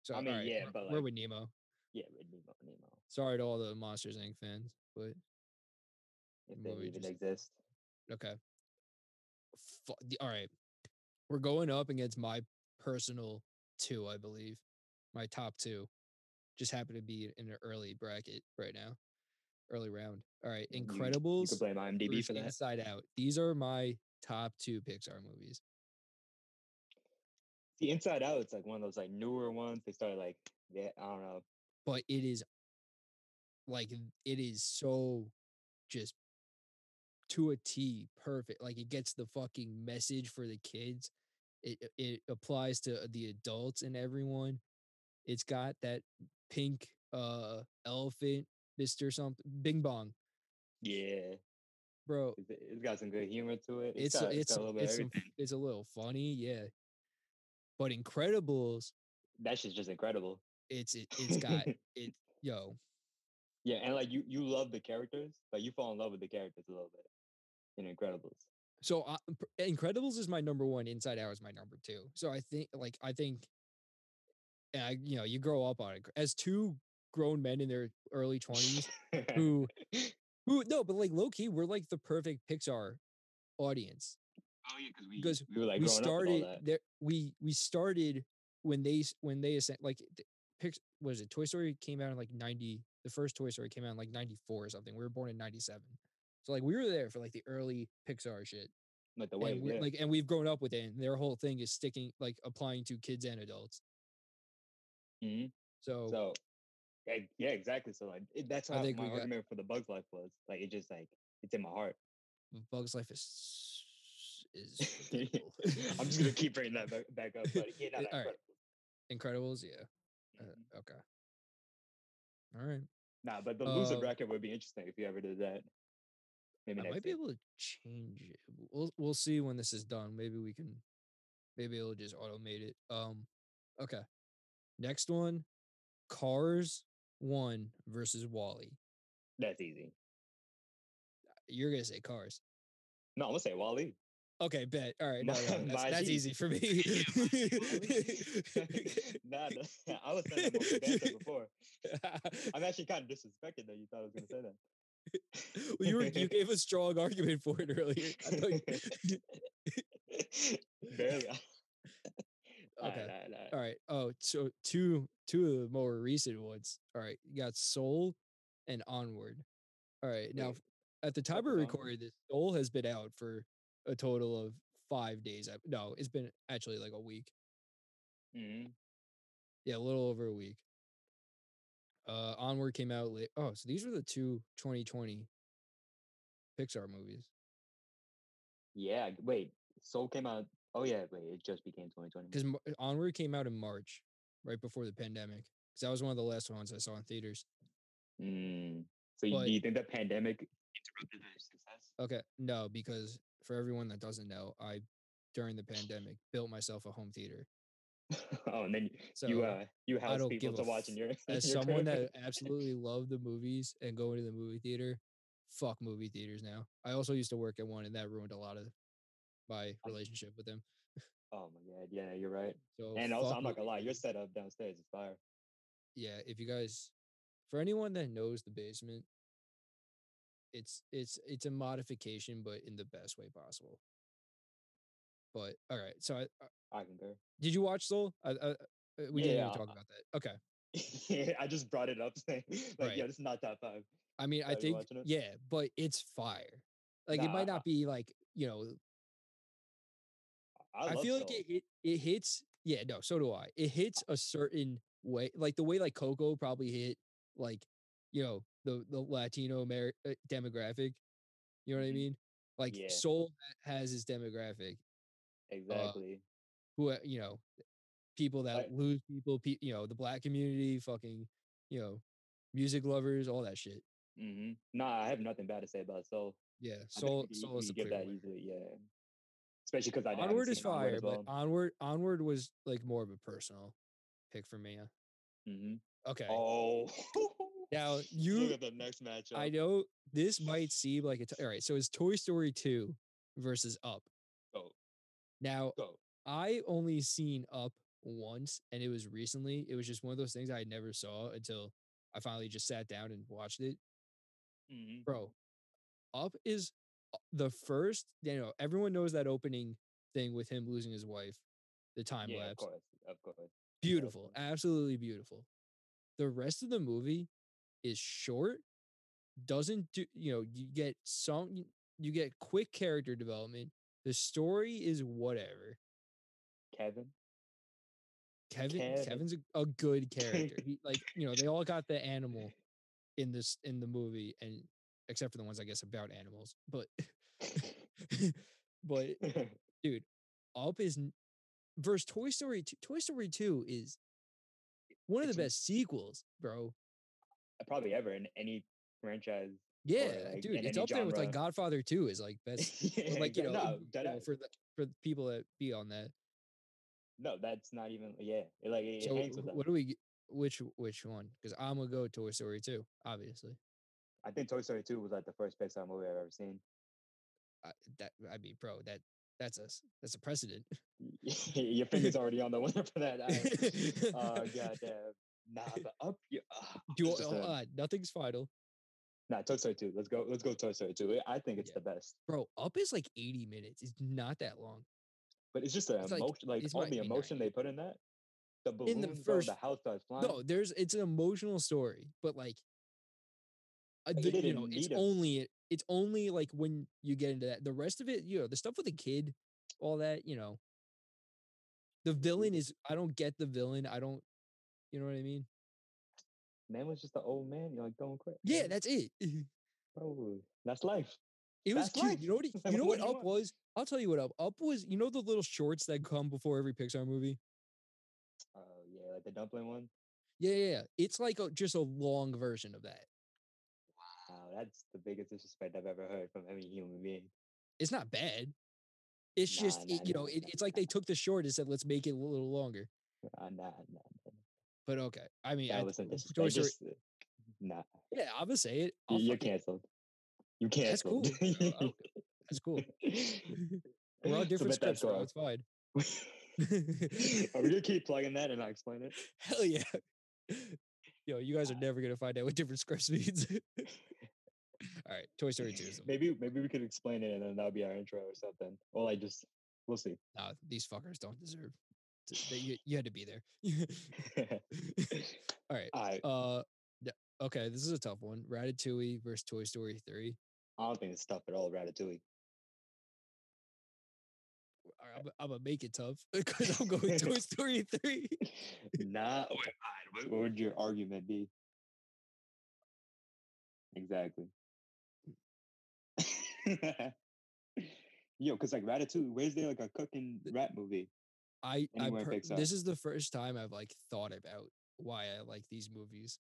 Speaker 3: So
Speaker 2: I mean,
Speaker 3: alright,
Speaker 2: yeah,
Speaker 3: we're-
Speaker 2: but,
Speaker 3: we're
Speaker 2: like-
Speaker 3: with Nemo.
Speaker 2: Yeah, with Nemo, Nemo.
Speaker 3: Sorry to all the Monsters Inc. fans, but
Speaker 2: If they
Speaker 3: Movie
Speaker 2: even
Speaker 3: just-
Speaker 2: exist.
Speaker 3: okay. Fu- the- all right, we're going up against my personal two, I believe. My top two just happen to be in an early bracket right now, early round. All right,
Speaker 2: You- You
Speaker 3: Incredibles.
Speaker 2: could blame IMDb
Speaker 3: versus
Speaker 2: for that.
Speaker 3: Inside Out. These are my top two Pixar movies.
Speaker 2: The Inside Out, it's like one of those like newer ones. They started like yeah, I don't know.
Speaker 3: but it is like it is so just to a T perfect. Like it gets the fucking message for the kids. It it- it applies to uh, the adults and everyone. It's got that pink uh elephant, Mister something, Bing Bong,
Speaker 2: Yeah,
Speaker 3: bro.
Speaker 2: it's, it's got some good humor to it.
Speaker 3: It's
Speaker 2: got,
Speaker 3: a, it's
Speaker 2: got a
Speaker 3: a,
Speaker 2: little bit of
Speaker 3: it's a,
Speaker 2: everything.
Speaker 3: it's a little funny, yeah. But Incredibles,
Speaker 2: That shit's just incredible.
Speaker 3: it's it, it's
Speaker 2: <laughs>
Speaker 3: got it. Yo,
Speaker 2: yeah, and like you you love the characters, like you fall in love with the characters a little bit in Incredibles.
Speaker 3: So I, P- Incredibles is my number one. Inside Out is my number two. So I think, like, I think, and I, you know, you grow up on it as two grown men in their
Speaker 2: <laughs>
Speaker 3: early twenties
Speaker 2: Oh,
Speaker 3: who, who no, but like low key, we're like the perfect Pixar audience
Speaker 4: Oh yeah, because we
Speaker 3: Because
Speaker 2: we were like
Speaker 3: we
Speaker 2: growing
Speaker 3: started
Speaker 2: up with all that.
Speaker 3: there. We we started when they s- when they ascend like th- Pix was it Toy Story came out in like ninety. The first Toy Story came out in like ninety four or something. We were born in ninety seven. So like we were there for like the early Pixar shit
Speaker 2: Like the
Speaker 3: and
Speaker 2: way
Speaker 3: we,
Speaker 2: yeah.
Speaker 3: like and we've grown up with it and their whole thing is sticking like applying to kids and adults
Speaker 2: Mhm.
Speaker 3: so,
Speaker 2: So, yeah, yeah, exactly. So like it, that's
Speaker 3: Oh. I
Speaker 2: how
Speaker 3: think
Speaker 2: my
Speaker 3: we got-
Speaker 2: argument for the Bugs Life was. Like it just like it's in my heart.
Speaker 3: bugs life is is
Speaker 2: <laughs>
Speaker 3: forgettable.
Speaker 2: I'm just
Speaker 3: <laughs>
Speaker 2: gonna keep bringing that back, back up, buddy. Yeah,
Speaker 3: All
Speaker 2: not
Speaker 3: right. incredibles yeah
Speaker 2: Mhm.
Speaker 3: uh, okay all right
Speaker 2: Nah, but the loser
Speaker 3: Uh,
Speaker 2: bracket would be interesting if you ever did that. Maybe
Speaker 3: i
Speaker 2: next
Speaker 3: might be
Speaker 2: year.
Speaker 3: able to change it we'll, we'll see when this is done maybe we can maybe it'll just automate it um okay next one cars one versus wally
Speaker 2: That's easy.
Speaker 3: you're gonna say cars
Speaker 2: No, I'm gonna say
Speaker 3: <laughs>
Speaker 2: Wally.
Speaker 3: Okay, bet. All right, no,
Speaker 2: My-
Speaker 3: no, that's,
Speaker 2: my
Speaker 3: that's
Speaker 2: G.
Speaker 3: easy for me.
Speaker 2: <laughs>
Speaker 4: Yeah, my
Speaker 2: nah, nah, <laughs> I was saying that more pedantic
Speaker 3: <laughs>
Speaker 2: before. I'm
Speaker 3: well,
Speaker 2: actually kind of disrespected that you thought I was gonna say that.
Speaker 3: you were, you gave a strong argument for it earlier. I thought
Speaker 2: <laughs>
Speaker 3: you, <laughs>
Speaker 2: Barely. <laughs> Nah,
Speaker 3: Okay.
Speaker 2: nah, nah.
Speaker 3: all right. Oh, so two two of the more recent ones. All right, you got Soul and Onward. All right, now
Speaker 2: Wait,
Speaker 3: at the time we
Speaker 2: was Onward?
Speaker 3: recorded this, Soul has been out for a total of five days. I- No, it's been actually like a week.
Speaker 2: Mhm.
Speaker 3: Yeah, a little over a week. Uh Onward came out late. Oh, so these are the two 2020 Pixar movies.
Speaker 2: Yeah. Wait. Soul came out. Oh yeah. Wait. It just became 2020.
Speaker 3: Because uh, Onward came out in March, right before the pandemic. Because that was one of the last ones I saw in theaters.
Speaker 2: Mm. So you,
Speaker 3: But-
Speaker 2: do you think the pandemic?
Speaker 4: interrupted their success.
Speaker 3: Okay, no, because for everyone that doesn't know, I during the pandemic built myself a home theater.
Speaker 2: <laughs> oh, and then
Speaker 3: So
Speaker 2: you uh you house
Speaker 3: don't
Speaker 2: people
Speaker 3: give
Speaker 2: to
Speaker 3: a
Speaker 2: watch in
Speaker 3: f-
Speaker 2: your <laughs> in
Speaker 3: as
Speaker 2: your
Speaker 3: someone that
Speaker 2: crib.
Speaker 3: absolutely loved the movies and going to the movie theater, fuck movie theaters now. I also used to work at one, and that ruined a lot of my relationship with them.
Speaker 2: <laughs> Oh my god, yeah, you're right.
Speaker 3: So
Speaker 2: and also,
Speaker 3: fuck
Speaker 2: I'm not gonna
Speaker 3: movie
Speaker 2: lie, your
Speaker 3: theaters.
Speaker 2: setup downstairs is fire.
Speaker 3: yeah, if you guys, for anyone that knows the basement, it's it's it's a modification, but in the best way possible. But all right, so I, I,
Speaker 2: I concur. <laughs>
Speaker 3: did you watch Soul? I, I, uh, we didn't
Speaker 2: Yeah,
Speaker 3: even talk about that. Okay,
Speaker 2: I just brought it up, <laughs> saying like,
Speaker 3: Right.
Speaker 2: yeah, this is not top five.
Speaker 3: I mean, I
Speaker 2: Have you
Speaker 3: think
Speaker 2: watching it?
Speaker 3: yeah, but it's fire. Like it
Speaker 2: Nah, I-
Speaker 3: might not be like you know.
Speaker 2: I,
Speaker 3: I,
Speaker 2: love
Speaker 3: feel
Speaker 2: Soul.
Speaker 3: like it, it it hits. Yeah, no, so do I. It hits a certain way, like the way like Coco probably hit like you know the the Latino Amer- uh, demographic. You know what I
Speaker 2: Mhm.
Speaker 3: mean? Like
Speaker 2: Yeah.
Speaker 3: Soul ha- has his demographic, uh
Speaker 2: exactly.
Speaker 3: who uh, you know, people that
Speaker 2: Like-
Speaker 3: lose people, pe- you know, the black community, fucking, you know, music lovers, all that shit.
Speaker 2: hmm Nah, I have nothing bad to say about Soul.
Speaker 3: Yeah,
Speaker 2: I think
Speaker 3: Soul
Speaker 2: you-
Speaker 3: Soul
Speaker 2: you
Speaker 3: is the
Speaker 2: get
Speaker 3: clear
Speaker 2: that
Speaker 3: winner.
Speaker 2: easily, yeah. Especially because I I haven't
Speaker 3: Onward is
Speaker 2: seen Onward
Speaker 3: fire,
Speaker 2: as well.
Speaker 3: but onward onward was like more of a personal pick for me.
Speaker 2: hmm
Speaker 3: Okay.
Speaker 2: Oh.
Speaker 3: <laughs>
Speaker 2: <laughs>
Speaker 3: Now
Speaker 2: Look
Speaker 3: you,
Speaker 2: at the next matchup.
Speaker 3: I know this might seem like it's all right. So it's Toy Story two versus Up.
Speaker 2: Go.
Speaker 3: Now
Speaker 2: Go.
Speaker 3: I only seen Up once, and it was recently. It was just one of those things I never saw until I finally just sat down and watched it.
Speaker 2: Mhm.
Speaker 3: bro up is uh, the first you know everyone knows that opening thing with him losing his wife the time
Speaker 2: Yeah, of
Speaker 3: lapse
Speaker 2: course. Of course.
Speaker 3: beautiful
Speaker 2: course.
Speaker 3: absolutely beautiful the rest of the movie is short doesn't do you know you get some you get quick character development the story is whatever
Speaker 2: Kevin. <laughs>
Speaker 3: kevin,
Speaker 2: Kevin.
Speaker 3: kevin's a, a good
Speaker 2: <laughs>
Speaker 3: character he, like you know they all got the animal in this in the movie and except for the ones i guess about animals
Speaker 2: <laughs>
Speaker 3: but <laughs> but up is n- versus Toy Story 2. Toy Story 2 is one of
Speaker 2: It's
Speaker 3: the
Speaker 2: m-
Speaker 3: best sequels, bro.
Speaker 2: Probably ever in any franchise.
Speaker 3: Yeah,
Speaker 2: like,
Speaker 3: dude,
Speaker 2: in
Speaker 3: it's
Speaker 2: any
Speaker 3: up there with like
Speaker 2: genre.
Speaker 3: Godfather 2 is like
Speaker 2: <laughs>
Speaker 3: best
Speaker 2: yeah,
Speaker 3: like you
Speaker 2: yeah,
Speaker 3: know,
Speaker 2: no,
Speaker 3: you
Speaker 2: that,
Speaker 3: know, for the for the people that be on that.
Speaker 2: no, that's not even. Yeah, it, like it, it
Speaker 3: so
Speaker 2: hangs with
Speaker 3: wh-
Speaker 2: us.
Speaker 3: what do we g- which which one? Because I'm gonna go Toy Story 2, obviously.
Speaker 2: I think Toy Story 2 was like the first Pixar movie I've ever seen. <laughs>
Speaker 3: I, that I mean, bro, that that's us that's a precedent. <laughs>
Speaker 2: Your finger's already on the winner for that. I,
Speaker 3: <laughs>
Speaker 2: uh, goddamn. Nah, but up. You, uh, <sighs>
Speaker 3: Do you,
Speaker 2: it's just a-
Speaker 3: uh, nothing's final.
Speaker 2: nah, Toy Story 2. Let's go. Let's go. Toy Story 2. I think it's
Speaker 3: Yeah.
Speaker 2: the best,
Speaker 3: Bro, up is like 80 minutes. It's not that long.
Speaker 2: but it's just the
Speaker 3: It's like-
Speaker 2: emotion, like,
Speaker 3: it's
Speaker 2: all
Speaker 3: might
Speaker 2: the
Speaker 3: be
Speaker 2: emotion
Speaker 3: 90.
Speaker 2: they put in that. The
Speaker 3: In
Speaker 2: balloons,
Speaker 3: the
Speaker 2: in the,
Speaker 3: first-
Speaker 2: the house starts flying.
Speaker 3: No, there's it's an emotional story, but like, uh,
Speaker 2: Like,
Speaker 3: the-
Speaker 2: they
Speaker 3: you know,
Speaker 2: didn't
Speaker 3: it's
Speaker 2: need 'em.
Speaker 3: only it's only like when you get into that. The rest of it, you know, the stuff with the kid, all that, you know, the
Speaker 2: Mm-hmm.
Speaker 3: villain is. I don't get the villain. I don't. You know what I mean?
Speaker 2: man was just the old man. You're like going crazy.
Speaker 3: Yeah, that's it. <laughs>
Speaker 2: bro, that's life.
Speaker 3: It was
Speaker 2: That's
Speaker 3: cute. You
Speaker 2: <laughs>
Speaker 3: know what?
Speaker 2: life.
Speaker 3: It, you know
Speaker 2: What
Speaker 3: what,
Speaker 2: do you
Speaker 3: up
Speaker 2: want?
Speaker 3: was? I'll tell you what up. Up was. You know the little shorts that come before every Pixar movie.
Speaker 2: Oh yeah, like the dumpling one.
Speaker 3: Yeah, yeah, yeah. It's like a, just a long version of that.
Speaker 2: Wow, Oh, that's the biggest disrespect I've ever heard from any human being.
Speaker 3: It's not bad. It's
Speaker 2: Nah,
Speaker 3: just
Speaker 2: nah,
Speaker 3: it, you
Speaker 2: nah,
Speaker 3: know it,
Speaker 2: nah,
Speaker 3: it's like they took the short and said let's make it a little longer.
Speaker 2: Uh, nah, nah,
Speaker 3: But okay, I mean,
Speaker 2: yeah,
Speaker 3: I,
Speaker 2: that wasn't disrespect.
Speaker 3: Toy Story-
Speaker 2: just, uh, nah,
Speaker 3: yeah, I'm gonna say it. I'll
Speaker 2: you- you're
Speaker 3: fucking-
Speaker 2: canceled. You
Speaker 3: that's cool.
Speaker 2: canceled.
Speaker 3: you
Speaker 2: <laughs>
Speaker 3: know, I don't give a- that's cool. <laughs> We're all different
Speaker 2: Submit that
Speaker 3: scripts, bro.
Speaker 2: to
Speaker 3: It's fine.
Speaker 2: us. <laughs> Are we gonna keep plugging that and I explain it?
Speaker 3: <laughs> Hell yeah. Yo, you
Speaker 2: Ah.
Speaker 3: guys are never gonna find out what different
Speaker 2: <laughs>
Speaker 3: scripts <laughs> means. all right, Toy Story Two. is the-
Speaker 2: Maybe maybe we could explain it and then that'll be our intro or something. Or like just we'll see. <laughs>
Speaker 3: Nah, these fuckers don't deserve. To, they, you, you had to be there. <laughs>
Speaker 2: <laughs>
Speaker 3: all right.
Speaker 2: I
Speaker 3: Uh, th- okay, this is a tough one. Ratatouille versus Toy Story Three.
Speaker 2: I don't think it's tough at all, Ratatouille. <laughs>
Speaker 3: All right, I'm, I'm gonna make it tough <laughs> because I'm
Speaker 2: <laughs>
Speaker 3: going Toy Story Three.
Speaker 2: nah,
Speaker 4: Wait, all right,
Speaker 2: what would your argument be? Exactly. <laughs> Yo, because like Ratatouille, where's there like a cooking rat movie?
Speaker 3: I, I
Speaker 2: Anywhere
Speaker 3: per-
Speaker 2: Pixar.
Speaker 3: this is the first time I've like thought about why I like these movies.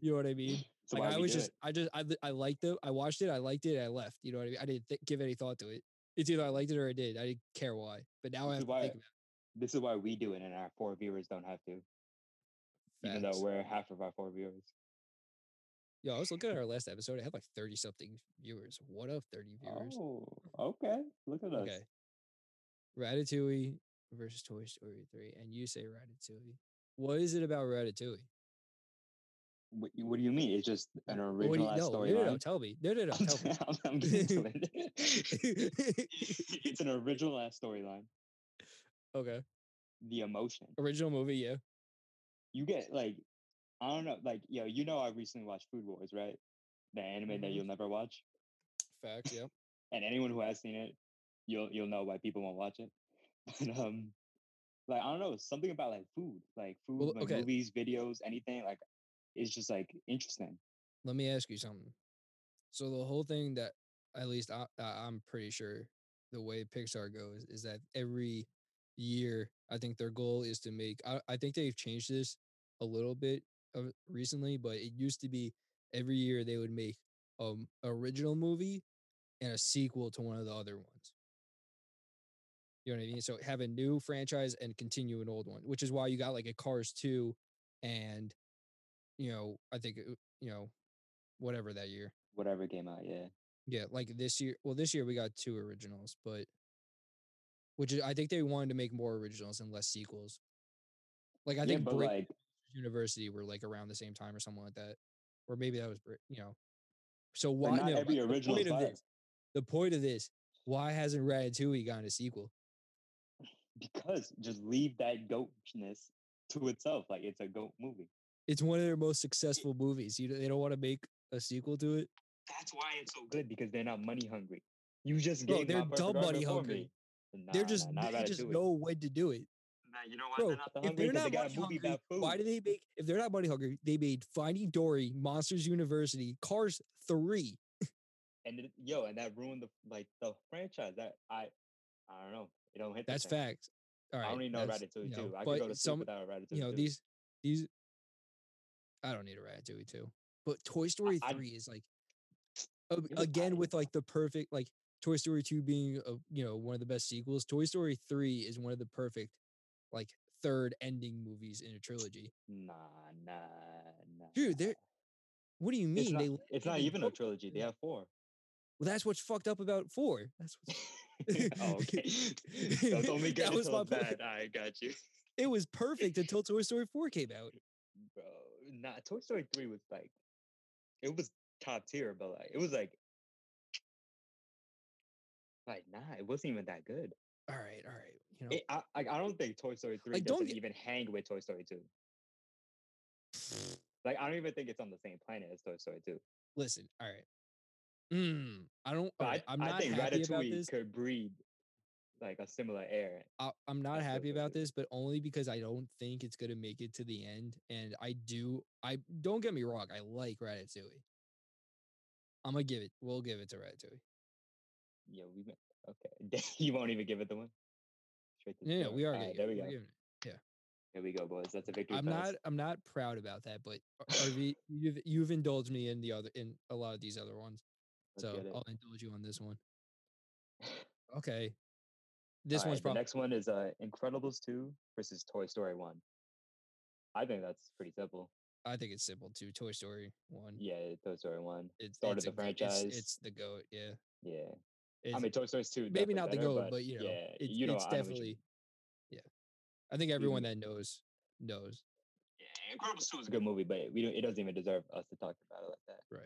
Speaker 3: You know what I mean?
Speaker 2: <laughs> So
Speaker 3: like
Speaker 2: why
Speaker 3: I
Speaker 2: we
Speaker 3: was
Speaker 2: do
Speaker 3: just,
Speaker 2: it?
Speaker 3: I just, I, li- I liked it. I watched it. I liked it. I left. You know what I mean? I didn't th- give any thought to it. It's either I liked it or I did. I didn't care why. But now
Speaker 2: This
Speaker 3: I
Speaker 2: is
Speaker 3: have to think
Speaker 2: why
Speaker 3: about
Speaker 2: this is why we do it, and our four viewers don't have to, even
Speaker 3: facts.
Speaker 2: though we're half of our four viewers.
Speaker 3: Yo, I was looking at our last episode. It had like thirty something viewers. What up, thirty viewers?
Speaker 2: Oh, okay. Look at us.
Speaker 3: okay. Ratatouille versus Toy Story three, and you say Ratatouille. What is it about Ratatouille?
Speaker 2: What, you- what do you mean? It's just an
Speaker 3: What do you,
Speaker 2: original
Speaker 3: no, no,
Speaker 2: storyline.
Speaker 3: no, no, tell me. No, no, no,
Speaker 2: I'm,
Speaker 3: tell
Speaker 2: <laughs> I'm,
Speaker 3: <laughs>
Speaker 2: I'm getting to it.
Speaker 3: me.
Speaker 2: it's an original ass storyline.
Speaker 3: okay,
Speaker 2: The emotion
Speaker 3: original movie, yeah.
Speaker 2: you get like, I don't know, like yo, you know, I recently watched Food Wars, right? The anime that
Speaker 3: Mhm.
Speaker 2: you'll never watch,
Speaker 3: Facts, yeah.
Speaker 2: and anyone who has seen it, you'll you'll know why people won't watch it. <laughs> But um, like I don't know, something about like food, like food,
Speaker 3: Well,
Speaker 2: like
Speaker 3: okay.
Speaker 2: movies, videos, anything, like it's just like interesting.
Speaker 3: Let me ask you something. So the whole thing that, at least I, I, I'm pretty sure, the way Pixar goes is that every year, I think their goal is to make. I, I think they've changed this a little bit of recently, but it used to be every year they would make um original movie and a sequel to one of the other ones. You know what I mean? So have a new franchise and continue an old one, which is why you got like a Cars 2 and you know, I think it- you know, whatever that year.
Speaker 2: Whatever came out, yeah.
Speaker 3: Yeah, like this year. Well, this year we got two originals, but which is, I think they wanted to make more originals and less sequels. Like I
Speaker 2: yeah,
Speaker 3: think
Speaker 2: but
Speaker 3: Break
Speaker 2: like
Speaker 3: University were like around the same time or something like that, or maybe that was Brit- you know. So
Speaker 2: but
Speaker 3: why
Speaker 2: not
Speaker 3: no,
Speaker 2: every
Speaker 3: but the
Speaker 2: original
Speaker 3: point
Speaker 2: is
Speaker 3: of
Speaker 2: fire
Speaker 3: this, the point of this, why hasn't Ratatouille gotten a sequel?
Speaker 2: because just leave that goatness to itself. Like it's a goat movie.
Speaker 3: It's one of their most successful movies. You they don't want to make a sequel to it.
Speaker 4: That's why it's so good.
Speaker 2: Good because they're not money hungry. You just
Speaker 3: Bro,
Speaker 2: gave
Speaker 3: they're
Speaker 2: my perfect
Speaker 3: dumb
Speaker 2: argument
Speaker 3: money
Speaker 2: for
Speaker 3: hungry.
Speaker 2: me. Nah,
Speaker 3: they're just
Speaker 2: nah, not
Speaker 3: they just
Speaker 2: Ratatouille.
Speaker 3: know when to do it.
Speaker 4: Nah, you know what?
Speaker 3: Bro,
Speaker 4: They're not
Speaker 2: They're
Speaker 3: if
Speaker 2: hungry
Speaker 3: they're
Speaker 2: 'cause
Speaker 3: not
Speaker 2: they got
Speaker 3: money
Speaker 2: a movie
Speaker 3: hungry,
Speaker 2: about food.
Speaker 3: why do they make? If they're not money hungry, they made Finding Dory, Monsters University, Cars Three.
Speaker 2: and it, yo, and that ruined the like the franchise. That I, I don't know. It don't hit. the
Speaker 3: That's
Speaker 2: same.
Speaker 3: facts. All right,
Speaker 2: I don't even know
Speaker 3: that's-
Speaker 2: Ratatouille
Speaker 3: you know,
Speaker 2: too. I
Speaker 3: but
Speaker 2: could go to sleep
Speaker 3: some
Speaker 2: without a Ratatouille.
Speaker 3: you know
Speaker 2: too.
Speaker 3: these these. I don't need a Ratatouille too, but Toy Story
Speaker 2: I-
Speaker 3: three is like a-
Speaker 2: but I
Speaker 3: again
Speaker 2: don't
Speaker 3: with
Speaker 2: know.
Speaker 3: like the perfect like Toy Story two being a, you know one of the best sequels. Toy Story three is one of the perfect like third ending movies in a trilogy.
Speaker 2: Nah, nah, nah.
Speaker 3: Dude, they're- What do you mean?
Speaker 2: It's not,
Speaker 3: they
Speaker 2: it's
Speaker 3: landed
Speaker 2: not
Speaker 3: in
Speaker 2: even a
Speaker 3: Hook?
Speaker 2: trilogy. They have four.
Speaker 3: Well, that's what's fucked up about four. That's what's <laughs>
Speaker 2: oh, okay. don't, don't make
Speaker 3: That
Speaker 2: it
Speaker 3: was
Speaker 2: so
Speaker 3: my point.
Speaker 2: bad. I got you,
Speaker 3: it was perfect until Toy Story 4 came out.
Speaker 2: bro. Nah, Toy Story three was like, it was top tier, but like, it was like, like nah, it wasn't even that good.
Speaker 3: All right, all right. You know,
Speaker 2: It, I, I I don't think Toy Story three
Speaker 3: Like, don't
Speaker 2: doesn't
Speaker 3: get-
Speaker 2: even hang with Toy Story
Speaker 3: <sighs>
Speaker 2: two. Like, I don't even think it's on the same planet as Toy Story two.
Speaker 3: listen, all right. Mm, I don't.
Speaker 2: But
Speaker 3: all right,
Speaker 2: I,
Speaker 3: I'm
Speaker 2: I
Speaker 3: not
Speaker 2: think
Speaker 3: happy about
Speaker 2: Ratatouille
Speaker 3: this.
Speaker 2: could breed like a similar air.
Speaker 3: I, I'm not
Speaker 2: That's what
Speaker 3: happy
Speaker 2: it
Speaker 3: about
Speaker 2: is.
Speaker 3: this, but only because I don't think it's gonna make it to the end. And I do. I don't get me wrong. I like Ratatouille. I'm gonna give it. We'll give it to Ratatouille.
Speaker 2: Yeah, we met. Okay, <laughs> you won't even give it the one. Straight to the
Speaker 3: No, no,
Speaker 2: door.
Speaker 3: we are.
Speaker 2: All
Speaker 3: gonna
Speaker 2: right,
Speaker 3: give
Speaker 2: there
Speaker 3: it-
Speaker 2: we
Speaker 3: we're
Speaker 2: go.
Speaker 3: giving it.
Speaker 2: Here we go, boys. That's a victory.
Speaker 3: I'm
Speaker 2: for us.
Speaker 3: not. I'm not proud about that, but
Speaker 2: <laughs>
Speaker 3: RV, you've you've indulged me in the other in a lot of these other ones.
Speaker 2: Let's
Speaker 3: So oh,
Speaker 2: get it.
Speaker 3: I'll indulge you on this one. Okay. This
Speaker 2: All
Speaker 3: one's
Speaker 2: right,
Speaker 3: probably
Speaker 2: the next one is uh, Incredibles two versus Toy Story one. I think that's pretty simple.
Speaker 3: I think it's simple too. Toy Story one.
Speaker 2: Yeah, Toy Story one.
Speaker 3: It's
Speaker 2: started
Speaker 3: it's
Speaker 2: the
Speaker 3: a goat- it's-
Speaker 2: franchise.
Speaker 3: It's, the goat. Yeah.
Speaker 2: Yeah, I
Speaker 3: It's-
Speaker 2: mean Toy Story two. definitely
Speaker 3: maybe not the
Speaker 2: better,
Speaker 3: goat, but you know,
Speaker 2: yeah,
Speaker 3: it's,
Speaker 2: you know,
Speaker 3: it's
Speaker 2: I know what you Mm-hmm.
Speaker 3: definitely.
Speaker 2: mean.
Speaker 3: Yeah. I think everyone that knows knows.
Speaker 4: Yeah, Incredibles 2
Speaker 2: It's
Speaker 4: is
Speaker 2: a
Speaker 4: good.
Speaker 2: good movie, but we don't. It doesn't even deserve us to talk about it like that.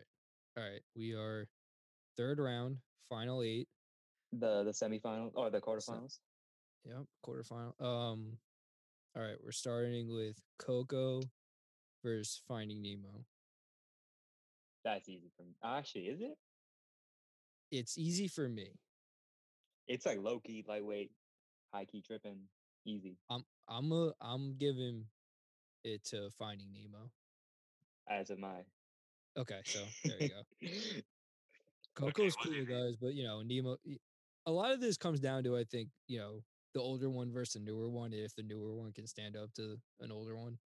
Speaker 3: All right, we are third round, final eight.
Speaker 2: The the semifinals or the quarterfinals.
Speaker 3: Yep, quarterfinal. Um, all right, we're starting with Coco versus Finding Nemo.
Speaker 2: That's easy for me. Actually, is it?
Speaker 3: It's easy for me.
Speaker 2: It's like low key, lightweight, high key tripping, easy.
Speaker 3: I'm I'm a, I'm giving it to Finding Nemo.
Speaker 2: As am I.
Speaker 3: Okay, so there
Speaker 2: <laughs>
Speaker 3: you go.
Speaker 4: Okay,
Speaker 3: Coco's
Speaker 4: well,
Speaker 3: cool
Speaker 4: there
Speaker 3: with
Speaker 4: you-
Speaker 3: us, but you know, Nemo. y- A lot of this comes down to, I think, you know, the older one versus the newer one. If the newer one can stand up to an older one,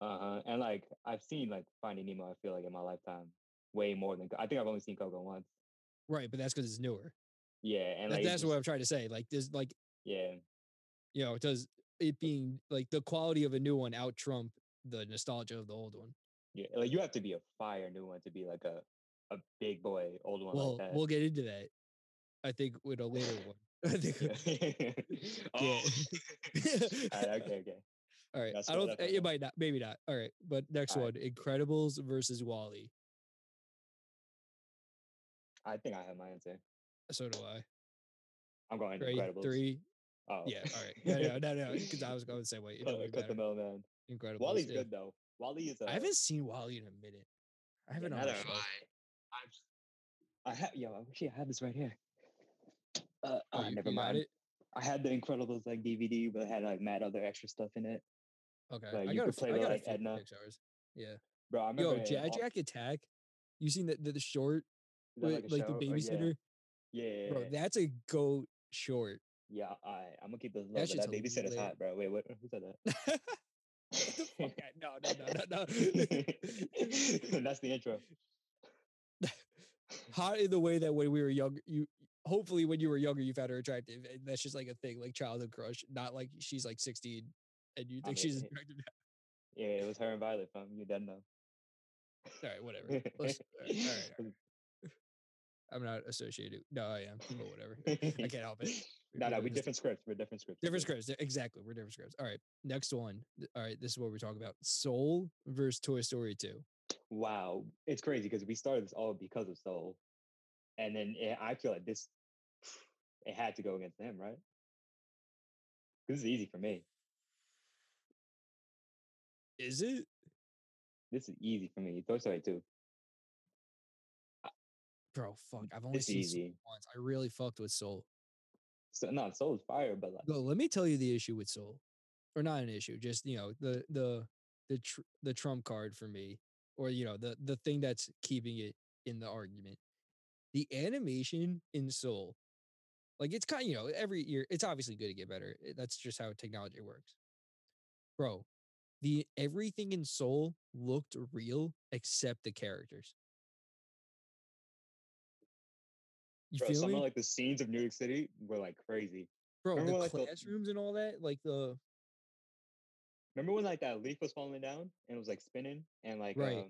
Speaker 2: Uh huh. And like I've seen like Finding Nemo. I feel like in my lifetime, way more than I think I've only seen Coco once.
Speaker 3: right? But that's because it's newer.
Speaker 2: Yeah, and
Speaker 3: That-
Speaker 2: like it's
Speaker 3: that's what
Speaker 2: just-
Speaker 3: I'm trying to say. Like, there's like,
Speaker 2: yeah,
Speaker 3: you know, does it being like the quality of a new one out trump the nostalgia of the old one?
Speaker 2: yeah. Like you have to be a fire new one to be like a a big boy old one
Speaker 3: Well,
Speaker 2: like that.
Speaker 3: we'll <laughs> get into that. I think with a later one. <laughs>
Speaker 2: <laughs>
Speaker 3: I think.
Speaker 2: Yeah.
Speaker 3: <laughs>
Speaker 4: Oh,
Speaker 2: All right, okay, okay.
Speaker 3: All right.
Speaker 2: That's
Speaker 3: I
Speaker 2: what
Speaker 3: don't.
Speaker 2: I thought,
Speaker 3: It
Speaker 2: yeah.
Speaker 3: might not. Maybe not. All right. But next one:
Speaker 2: Alright.
Speaker 3: Incredibles versus Wally.
Speaker 2: I think I have my answer.
Speaker 3: So do I.
Speaker 2: I'm going
Speaker 3: Right.
Speaker 2: Incredibles.
Speaker 3: Three.
Speaker 2: Oh.
Speaker 3: Yeah. All
Speaker 2: <laughs>
Speaker 3: right. No. No. No. no, Because I was going to say wait. It
Speaker 2: Uh,
Speaker 3: don't really
Speaker 2: cut the
Speaker 3: matter.
Speaker 2: middleman.
Speaker 3: Incredibles.
Speaker 2: Wally's
Speaker 3: yeah.
Speaker 2: good though. Wally is. a.
Speaker 3: I haven't seen Wally in a minute. I haven't. on
Speaker 2: neither
Speaker 3: my
Speaker 2: have
Speaker 3: shelf.
Speaker 4: I've
Speaker 2: I have. Yo, I actually have this right here. Uh,
Speaker 3: Oh,
Speaker 2: ah,
Speaker 3: you-
Speaker 2: never
Speaker 3: you got
Speaker 2: mind.
Speaker 3: it?
Speaker 2: I had the Incredibles like DVD, but it had like mad other extra stuff in it.
Speaker 3: Okay.
Speaker 2: Like,
Speaker 3: I
Speaker 2: you could
Speaker 3: got a f-
Speaker 2: play
Speaker 3: I
Speaker 2: with,
Speaker 3: got a
Speaker 2: like,
Speaker 3: few
Speaker 2: Edna.
Speaker 3: Pixar's. Yeah.
Speaker 2: Bro, I remember.
Speaker 3: Yo,
Speaker 2: in
Speaker 3: Jack
Speaker 2: all-
Speaker 3: Jack Attack. You seen the the, the short
Speaker 2: is that,
Speaker 3: with
Speaker 2: a
Speaker 3: like, the
Speaker 2: show? Oh, yeah.
Speaker 3: babysitter?
Speaker 2: Yeah, yeah,
Speaker 3: Bro,
Speaker 2: yeah.
Speaker 3: that's a goat short.
Speaker 2: yeah. I, I'm gonna keep this low, but
Speaker 3: shit's
Speaker 2: that babysitter's
Speaker 3: hilarious.
Speaker 2: hot, bro. Wait, what? Who said that?
Speaker 3: The
Speaker 2: <laughs>
Speaker 3: fuck I- no, no, <laughs> no, no, no.
Speaker 2: That's the intro.
Speaker 3: hot in the way that when we were younger, you hopefully when you were younger, you found her attractive, and that's just like a thing, like childhood crush. Not like she's like sixteen and you
Speaker 2: I
Speaker 3: think
Speaker 2: mean,
Speaker 3: she's
Speaker 2: it-
Speaker 3: attractive.
Speaker 2: Yeah, it was her and Violet. Fam, you done know.
Speaker 3: All right, whatever.
Speaker 2: <laughs>
Speaker 3: Let's, all right, all right, all right. I'm not associated. No, I am, but whatever.
Speaker 2: <laughs>
Speaker 3: I can't help it.
Speaker 2: no, no,
Speaker 3: We're
Speaker 2: we
Speaker 3: just-
Speaker 2: different scripts. We're different scripts.
Speaker 3: Different scripts. yeah, Exactly. We're different scripts. All right. Next one. Th- All right. This is what we're talking about Soul versus Toy Story 2.
Speaker 2: Wow, it's crazy because we started this all because of Soul, and then it, I feel like this <sighs> it had to go against him, right? This is easy for me.
Speaker 3: Is it?
Speaker 2: This is easy for me. Toy Story two.
Speaker 3: Bro, fuck. I've only
Speaker 2: It's
Speaker 3: seen Soul
Speaker 2: easy.
Speaker 3: once. I really fucked with Soul.
Speaker 2: So no, Soul is fire, but like
Speaker 3: No, let me tell you the issue with Soul, or not an issue, just you know the the the tr- the trump card for me, or you know the the thing that's keeping it in the argument. The animation in Soul, like it's kind you know every year it's obviously good to get better. eh, That's just how technology works, bro. The everything in Soul looked real except the characters. You
Speaker 2: bro,
Speaker 3: feel
Speaker 2: some
Speaker 3: me?
Speaker 2: of like the scenes of New York City were like crazy.
Speaker 3: bro,
Speaker 2: remember
Speaker 3: the
Speaker 2: when, like, the-
Speaker 3: classrooms and all that, like the
Speaker 2: Remember when like that leaf was falling down and it was like spinning and like
Speaker 3: Right.
Speaker 2: um,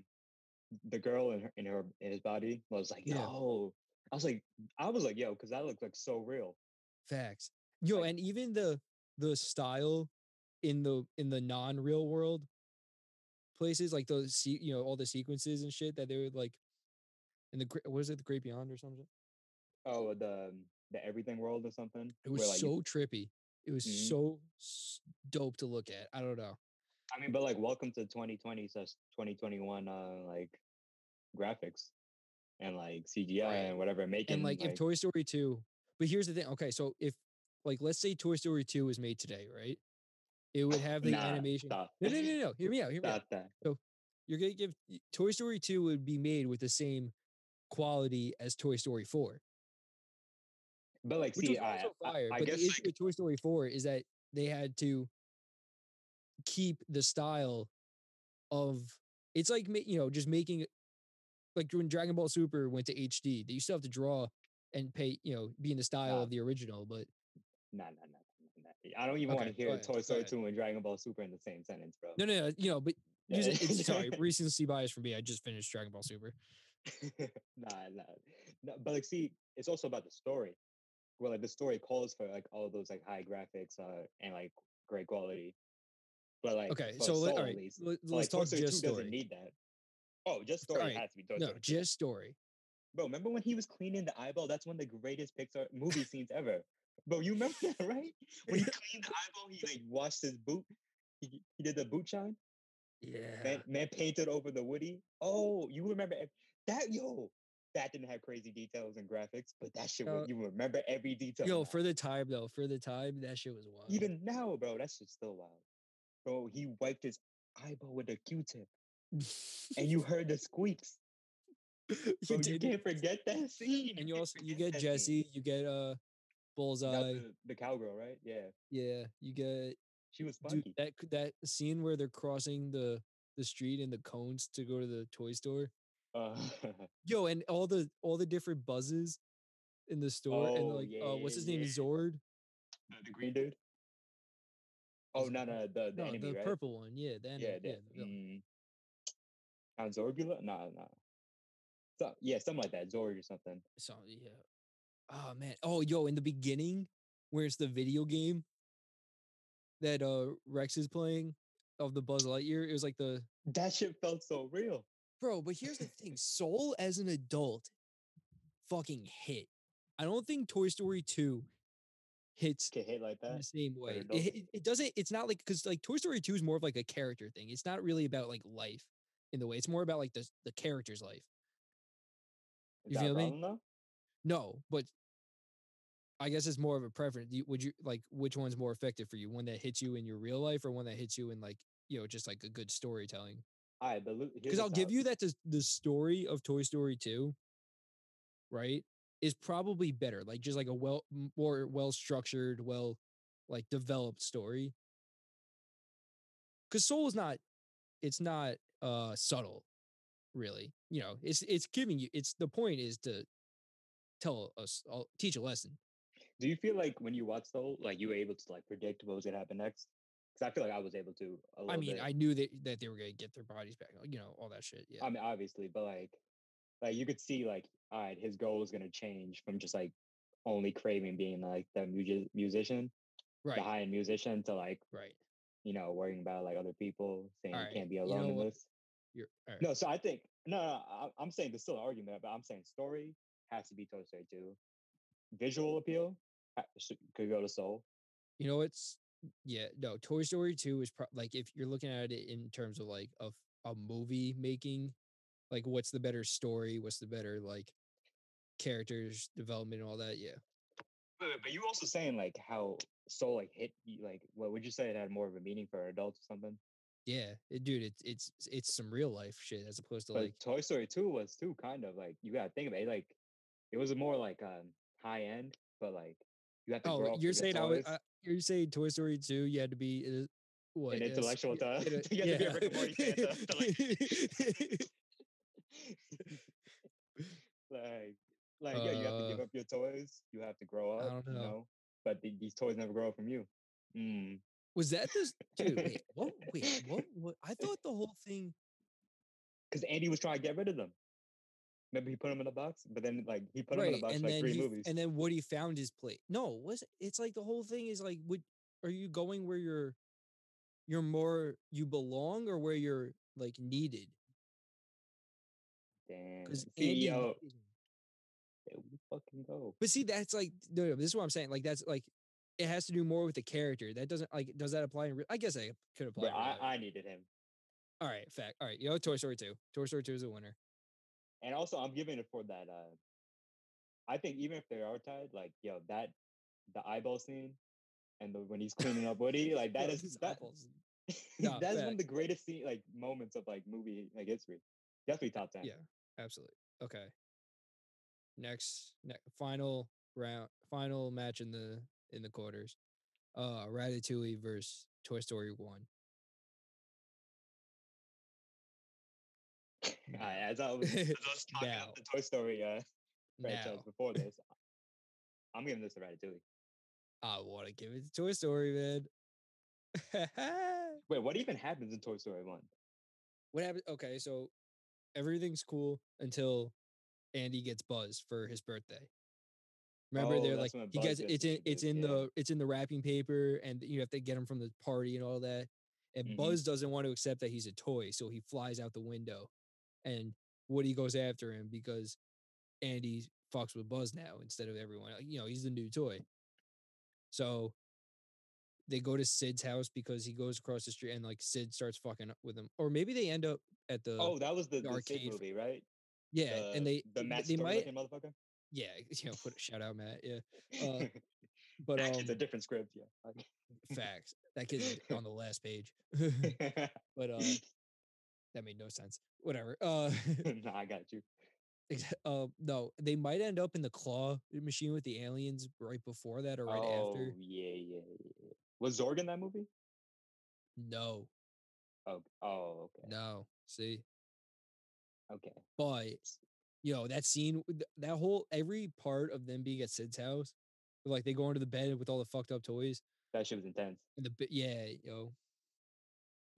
Speaker 2: the girl in her in her in his body was like
Speaker 3: Yeah.
Speaker 2: yo. I was like, I was like, yo, because that looked like so real.
Speaker 3: Facts. Yo,
Speaker 2: Like-
Speaker 3: and even the the style in the in the non real world places, like those se- you know all the sequences and shit that they would like in the gre- what is it the Great Beyond or something?
Speaker 2: Oh, the the everything world or something.
Speaker 3: It was
Speaker 2: where, like, you-
Speaker 3: so trippy. It was
Speaker 2: Mhm.
Speaker 3: so s- dope to look at. I don't know.
Speaker 2: I mean, but like, welcome to 2020 slash 2021, uh, like graphics and like CGI
Speaker 3: Right.
Speaker 2: and whatever making.
Speaker 3: And like if Toy Story two, but here's the thing. Okay, so if like let's say Toy Story two was made today, right? It would have the
Speaker 2: Oh, Nah,
Speaker 3: animation.
Speaker 2: stop.
Speaker 3: No, no, no, no. Hear me out. Hear me out.
Speaker 2: <laughs> stop that.
Speaker 3: you're gonna give y- Toy Story 2 would be made with the same quality as Toy Story 4.
Speaker 2: But like,
Speaker 3: Which
Speaker 2: see,
Speaker 3: was
Speaker 2: I,
Speaker 3: also
Speaker 2: I-
Speaker 3: fire.
Speaker 2: I
Speaker 3: but
Speaker 2: guess
Speaker 3: the issue
Speaker 2: like,
Speaker 3: with Toy Story 4 is that they had to keep the style of it's like ma- you know, just making it- like when Dragon Ball Super went to HD, that you still have to draw and pay, you know, be in the style
Speaker 2: Nah.
Speaker 3: of the original, but
Speaker 2: nah, nah, nah, nah, nah. I don't even want
Speaker 3: Okay,
Speaker 2: to
Speaker 3: go
Speaker 2: hear
Speaker 3: ahead,
Speaker 2: Toy
Speaker 3: go
Speaker 2: Story
Speaker 3: ahead.
Speaker 2: 2 and Dragon Ball Super in the same sentence, bro.
Speaker 3: no, no, no you know, but
Speaker 2: Yeah.
Speaker 3: just,
Speaker 2: <laughs>
Speaker 3: it's, sorry, recency bias for me. I just finished Dragon Ball Super.
Speaker 2: <laughs> nah, nah, no, But like, see, it's also about the story. Well, like the story calls for like all those like high graphics uh, and like great quality. But like,
Speaker 3: Okay,
Speaker 2: for
Speaker 3: so let,
Speaker 2: Soul,
Speaker 3: all
Speaker 2: at
Speaker 3: right,
Speaker 2: least,
Speaker 3: let,
Speaker 2: But,
Speaker 3: us
Speaker 2: like,
Speaker 3: talk
Speaker 2: Toy Story 2
Speaker 3: just
Speaker 2: doesn't
Speaker 3: story.
Speaker 2: need that. Oh, just story
Speaker 3: Alright,
Speaker 2: has to be Toy
Speaker 3: No,
Speaker 2: Story. 2.
Speaker 3: just story.
Speaker 2: Bro, remember when he was cleaning the eyeball? That's one of the greatest Pixar movie scenes ever. Bro, you remember that, <laughs> right? When
Speaker 3: <laughs>
Speaker 2: he
Speaker 4: cleaned the eyeball, he
Speaker 2: like
Speaker 4: like
Speaker 2: washed his boot, he, he did the boot shine.
Speaker 3: Yeah. Mm.
Speaker 2: Man, man painted over the Woody. Oh, you remember ev- that? Yo, that didn't have crazy details and graphics, but that shit, was-
Speaker 3: Yo.
Speaker 2: you remember every detail.
Speaker 3: Yo,
Speaker 2: now.
Speaker 3: for the time though, for the time, that shit was wild. <laughs>
Speaker 2: even now, bro, that shit's still wild. Bro, he wiped his eyeball with a Q-tip, and you heard the
Speaker 3: <laughs>
Speaker 2: squeaks. Bro, you
Speaker 3: did.
Speaker 2: can't forget
Speaker 3: <laughs>
Speaker 2: that scene.
Speaker 3: and you
Speaker 2: can't
Speaker 3: also you
Speaker 2: forget
Speaker 3: get
Speaker 2: that scene.
Speaker 3: Jesse, you get uh
Speaker 2: That was
Speaker 3: Bullseye,
Speaker 2: the, the cowgirl, right? Yeah,
Speaker 3: yeah, you get
Speaker 2: she was
Speaker 3: dude,
Speaker 2: funky.
Speaker 3: that c- that scene where they're crossing the the street in the cones to go to the toy store.
Speaker 2: Uh, <laughs>
Speaker 3: Yo, and all the all the different buzzes in the store, and
Speaker 2: Oh,
Speaker 3: like uh, what's
Speaker 2: yeah,
Speaker 3: his name,
Speaker 2: yeah.
Speaker 3: Zord?
Speaker 4: the, the
Speaker 2: green
Speaker 4: green.
Speaker 2: dude. Oh
Speaker 3: Is-
Speaker 2: no, no, the the
Speaker 3: No,
Speaker 2: enemy,
Speaker 3: the
Speaker 2: right?
Speaker 3: purple one. Yeah, the enemy.
Speaker 2: Yeah, mm,
Speaker 3: Yeah,
Speaker 2: the,
Speaker 3: the
Speaker 2: mm,
Speaker 3: villain.
Speaker 2: Count Zorbula? No, no. So, yeah, something like that, Zorg or something.
Speaker 3: So yeah. Oh man. Oh yo, in the beginning, where it's the video game that uh Rex is playing of the Buzz Lightyear, it was like the
Speaker 2: That shit felt so real.
Speaker 3: bro, but here's the thing Soul as an adult fucking hit. I don't think Toy Story 2 hits
Speaker 2: Can hit like
Speaker 3: in the
Speaker 2: that.
Speaker 3: same way. It,
Speaker 2: adult.
Speaker 3: hit- it doesn't, it's not like because like Toy Story 2 is more of like a character thing. It's not really about like life in the way. It's more about like the the character's life.
Speaker 2: Is
Speaker 3: You
Speaker 2: that a
Speaker 3: feel me?
Speaker 2: problem though?
Speaker 3: No, but I guess it's more of a preference. Do you- Would you like which one's more effective for you? One that hits you in your real life or one that hits you in like, you know, just like a good storytelling?
Speaker 2: All right, but look, here's
Speaker 3: because I'll
Speaker 2: what's
Speaker 3: give
Speaker 2: up.
Speaker 3: you that the, the story of Toy Story 2, right, is probably better. Like just like a well m- more well structured, well like developed story. Cause Soul is not it's not uh subtle, really. You know, it's it's giving you it's the point is to tell us I'll teach a lesson.
Speaker 2: Do you feel like when you watch Soul, like you were able to like predict what was gonna happen next? because I feel like I was able to. A little
Speaker 3: I mean,
Speaker 2: bit.
Speaker 3: I uh knew that that they were gonna get their bodies back, you know, all that shit. Yeah.
Speaker 2: I mean, obviously, but like, like you could see, like, all right, his goal is gonna change from just like only craving being like the mu- musician,
Speaker 3: right.
Speaker 2: the high end musician, to like
Speaker 3: Right.
Speaker 2: you know worrying about like other people saying
Speaker 3: Alright,
Speaker 2: you can't be
Speaker 3: you
Speaker 2: alone
Speaker 3: know
Speaker 2: in
Speaker 3: what?
Speaker 2: this.
Speaker 3: You're all right.
Speaker 2: No, so I think no, no I, I'm saying there's still an argument, but I'm saying story has to be Toy Story two. Visual appeal ha- should, could go to Soul.
Speaker 3: You know, it's yeah, no, Toy Story 2 is pro- like if you're looking at it in terms of like of a movie making, like what's the better story, what's the better like characters development and all that, yeah.
Speaker 4: Wait, wait, but you
Speaker 2: Also
Speaker 4: also said
Speaker 2: saying like how Soul like hit you, like what would you say it had more of a meaning for adults or something?
Speaker 3: Yeah, it, dude, it's it's it's some real life shit as opposed to
Speaker 2: But
Speaker 3: like
Speaker 2: Toy Story two was too kind of like you gotta think about it like it was more like um high end, but like you have to grow
Speaker 3: oh,
Speaker 2: up.
Speaker 3: you're
Speaker 2: with your
Speaker 3: saying I was
Speaker 2: toys.
Speaker 3: I, you're saying Toy Story 2 you had to be uh, what
Speaker 2: An
Speaker 3: a s-
Speaker 2: intellectual
Speaker 3: yeah,
Speaker 2: to-
Speaker 3: in
Speaker 2: <laughs> you had to be a Rick and Morty fan to- to, <laughs> <laughs> like like yeah, you have to give
Speaker 3: Uh,
Speaker 2: up your toys. You have to grow
Speaker 3: I
Speaker 2: up.
Speaker 3: don't know.
Speaker 2: You know, but the, these toys never grow up from you. Mm.
Speaker 3: <laughs> Was that this dude? Wait, what?
Speaker 2: <laughs>
Speaker 3: Wait, what? What? I thought the whole thing.
Speaker 2: Because Andy was trying to get rid of them. Remember, he put them in a box, but then like he put them in a
Speaker 3: right,
Speaker 2: box
Speaker 3: and
Speaker 2: for, like
Speaker 3: then
Speaker 2: three
Speaker 3: he,
Speaker 2: movies.
Speaker 3: and then Woody found his plate. No, was it's like the whole thing is like, would are you going where you're, you're more you belong or where you're like needed?
Speaker 2: Damn,
Speaker 3: Because
Speaker 2: CEO,
Speaker 3: Andy, needed him.
Speaker 2: there we fucking go.
Speaker 3: but see, that's like no, no, this is what I'm saying. Like that's like it has to do more with the character. That doesn't like does that apply? In, re- I guess I could apply.
Speaker 2: Bro,
Speaker 3: in real
Speaker 2: I,
Speaker 3: life.
Speaker 2: I needed him,
Speaker 3: All right, fact. All right, you know, Toy Story two. Toy Story two is a winner.
Speaker 2: and also I'm giving it for that. uh I think even if they are tied, like yo, that the eyeball scene, and the, when he's cleaning up
Speaker 3: <laughs>
Speaker 2: Woody, like that
Speaker 3: Yeah,
Speaker 2: is
Speaker 3: his
Speaker 2: that,
Speaker 3: eyeballs.
Speaker 2: <laughs>
Speaker 3: No,
Speaker 2: that is one
Speaker 3: fact.
Speaker 2: of the greatest scene, like moments of like movie like history. Definitely top ten.
Speaker 3: Yeah, absolutely. Okay. Next, ne- final round, final match in the in the quarters. Uh, Ratatouille versus Toy Story One.
Speaker 2: Uh, as <laughs> I
Speaker 3: <laughs>
Speaker 2: was, as I was talking
Speaker 3: Now.
Speaker 2: about the Toy Story
Speaker 3: <laughs>
Speaker 2: uh, franchise
Speaker 3: now,
Speaker 2: before this, I'm giving this to Ratatouille.
Speaker 3: I want to give it to Toy Story, man. <laughs>
Speaker 2: Wait, what even happens in Toy Story One?
Speaker 3: what happened? Okay, so everything's cool until Andy gets Buzz for his birthday. Remember,
Speaker 2: Oh,
Speaker 3: they're like
Speaker 2: that's when
Speaker 3: he
Speaker 2: Buzz
Speaker 3: gets
Speaker 2: gets
Speaker 3: it's in
Speaker 2: introduced,
Speaker 3: it's in
Speaker 2: yeah.
Speaker 3: the it's in the wrapping paper, and you have to get him from the party and all that. And
Speaker 2: Mhm.
Speaker 3: Buzz doesn't want to accept that he's a toy, so he flies out the window, and Woody goes after him because Andy fucks with Buzz now instead of everyone. Like, you know, he's the new toy. So they go to Sid's house because he goes across the street and like Sid starts fucking up with him, or maybe they end up at the
Speaker 2: oh, that was the, the
Speaker 3: the
Speaker 2: Sid
Speaker 3: Uh, arcade fr-
Speaker 2: movie, right?
Speaker 3: yeah, and
Speaker 2: The-
Speaker 3: they
Speaker 2: the
Speaker 3: they-
Speaker 2: Matt
Speaker 3: they
Speaker 2: Story
Speaker 3: might
Speaker 2: looking motherfucker.
Speaker 3: yeah <laughs> you know put a shout out Matt
Speaker 2: <laughs>
Speaker 3: yeah Uh, but
Speaker 2: That
Speaker 3: um
Speaker 2: kid's a different script, yeah. <laughs>
Speaker 3: facts that kid's on the last page <laughs>
Speaker 2: Like- <laughs>
Speaker 3: but <laughs> uh that made no sense whatever uh <laughs>
Speaker 2: nah, I got you.
Speaker 3: ex- uh no they might end up in the claw machine with the aliens right before that or right
Speaker 2: oh
Speaker 3: after
Speaker 2: yeah, yeah, yeah. Was Zorg in that movie?
Speaker 3: no
Speaker 2: Oh, oh, okay,
Speaker 3: no see
Speaker 2: okay.
Speaker 3: but yo, that scene with th- that whole every part of them being at Sid's house like they go into the bed with all the fucked up toys
Speaker 2: That shit was intense,
Speaker 3: and the bi- yeah yo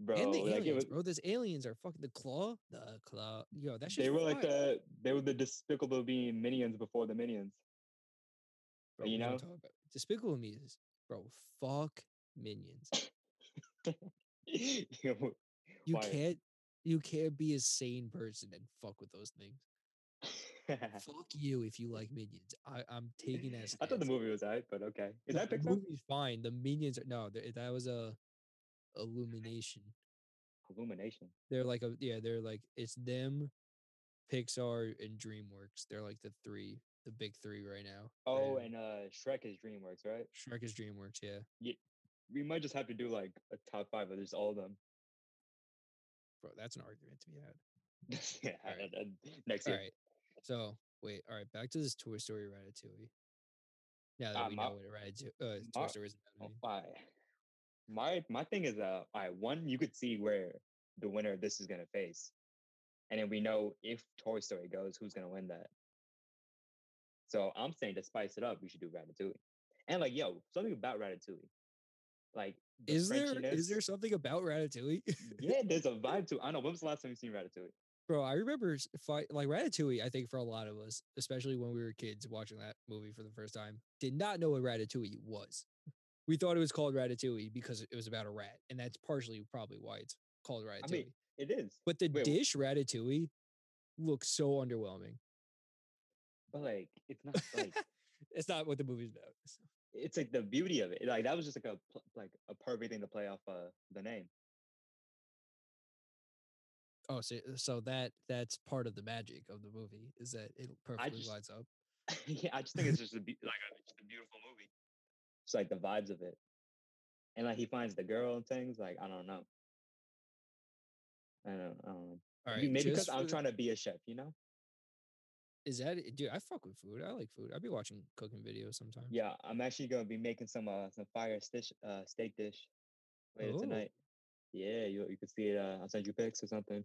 Speaker 2: bro.
Speaker 3: and the
Speaker 2: like, it
Speaker 3: aliens,
Speaker 2: was-
Speaker 3: bro. Those aliens are fucking the claw, the claw. Yo, that shit.
Speaker 2: they were like the they were the despicable being minions before the minions. <laughs>
Speaker 3: bro,
Speaker 2: you
Speaker 3: we don't
Speaker 2: know?
Speaker 3: talk about Despicable Me is, bro. Fuck
Speaker 2: <laughs>
Speaker 3: minions. You
Speaker 2: Why? <laughs>
Speaker 3: can't, you can't be a sane person and fuck with those things. fuck you if you like minions. I, I'm taking that.
Speaker 2: I thought the
Speaker 3: stance.
Speaker 2: movie was alright, but okay. Is that
Speaker 3: the
Speaker 2: Pixar?
Speaker 3: movie's fine. The minions are no. th- That
Speaker 2: <laughs>
Speaker 3: was a illumination.
Speaker 2: Illumination.
Speaker 3: They're like a yeah. They're like it's them, Pixar and DreamWorks. They're like the three, the big three right now.
Speaker 2: Oh, and uh Shrek is DreamWorks, right?
Speaker 3: Shrek is DreamWorks. Yeah.
Speaker 2: We might just have to do like a top five of just all of them. <laughs>
Speaker 3: bro, that's an argument to be had.
Speaker 2: yeah,
Speaker 3: Alright.
Speaker 2: uh, uh, next
Speaker 3: All
Speaker 2: year.
Speaker 3: right. So wait, all right, back to this Toy Story Ratatouille. Now that
Speaker 2: Uh,
Speaker 3: we
Speaker 2: my-
Speaker 3: know what Ratatouille, uh, Toy
Speaker 2: my-
Speaker 3: Story is
Speaker 2: Oh,
Speaker 3: about,
Speaker 2: why? My my thing is uh I one you could see where the winner of this is gonna face. And then we know if Toy Story goes, who's gonna win that. So I'm saying to spice it up, we should do Ratatouille. And like, yo, something about Ratatouille. Like the
Speaker 3: Is there is
Speaker 2: Frenchiness.
Speaker 3: there something about Ratatouille?
Speaker 2: yeah, there's a vibe to. it. I don't know. When was the last time you seen Ratatouille?
Speaker 3: Bro, I remember s- fi- like Ratatouille, I think for a lot of us, especially when we were kids watching that movie for the first time, did not know what Ratatouille was. We thought it was called Ratatouille because it was about a rat, and that's partially probably why it's called Ratatouille.
Speaker 2: I mean, it is.
Speaker 3: but the
Speaker 2: wait, wh-
Speaker 3: dish Ratatouille looks so underwhelming.
Speaker 2: But like, it's not <laughs> like
Speaker 3: it's not what the movie's about. so-
Speaker 2: it's like the beauty of it. Like that was just like a pl- like a perfect thing to play off uh, the name.
Speaker 3: Oh, so, so that that's part of the magic of the movie is that it perfectly
Speaker 2: just-
Speaker 3: lines up.
Speaker 2: <laughs> yeah, I just think it's just a, be- like a, it's just a beautiful movie. It's like the vibes of it, and like he finds the girl and things. Like I don't know. I don't. I don't know.
Speaker 3: All right,
Speaker 2: Maybe- Maybe because
Speaker 3: just
Speaker 2: I'm
Speaker 3: for- Mm-hmm.
Speaker 2: trying to be a chef, you know?
Speaker 3: Is that it? dude? I fuck with food. I like food. I'd be watching cooking videos sometimes.
Speaker 2: Yeah, I'm actually gonna be making some uh some fire dish uh steak dish later
Speaker 3: Oh.
Speaker 2: tonight. Yeah, you you can see it. Uh, I'll send you pics or something.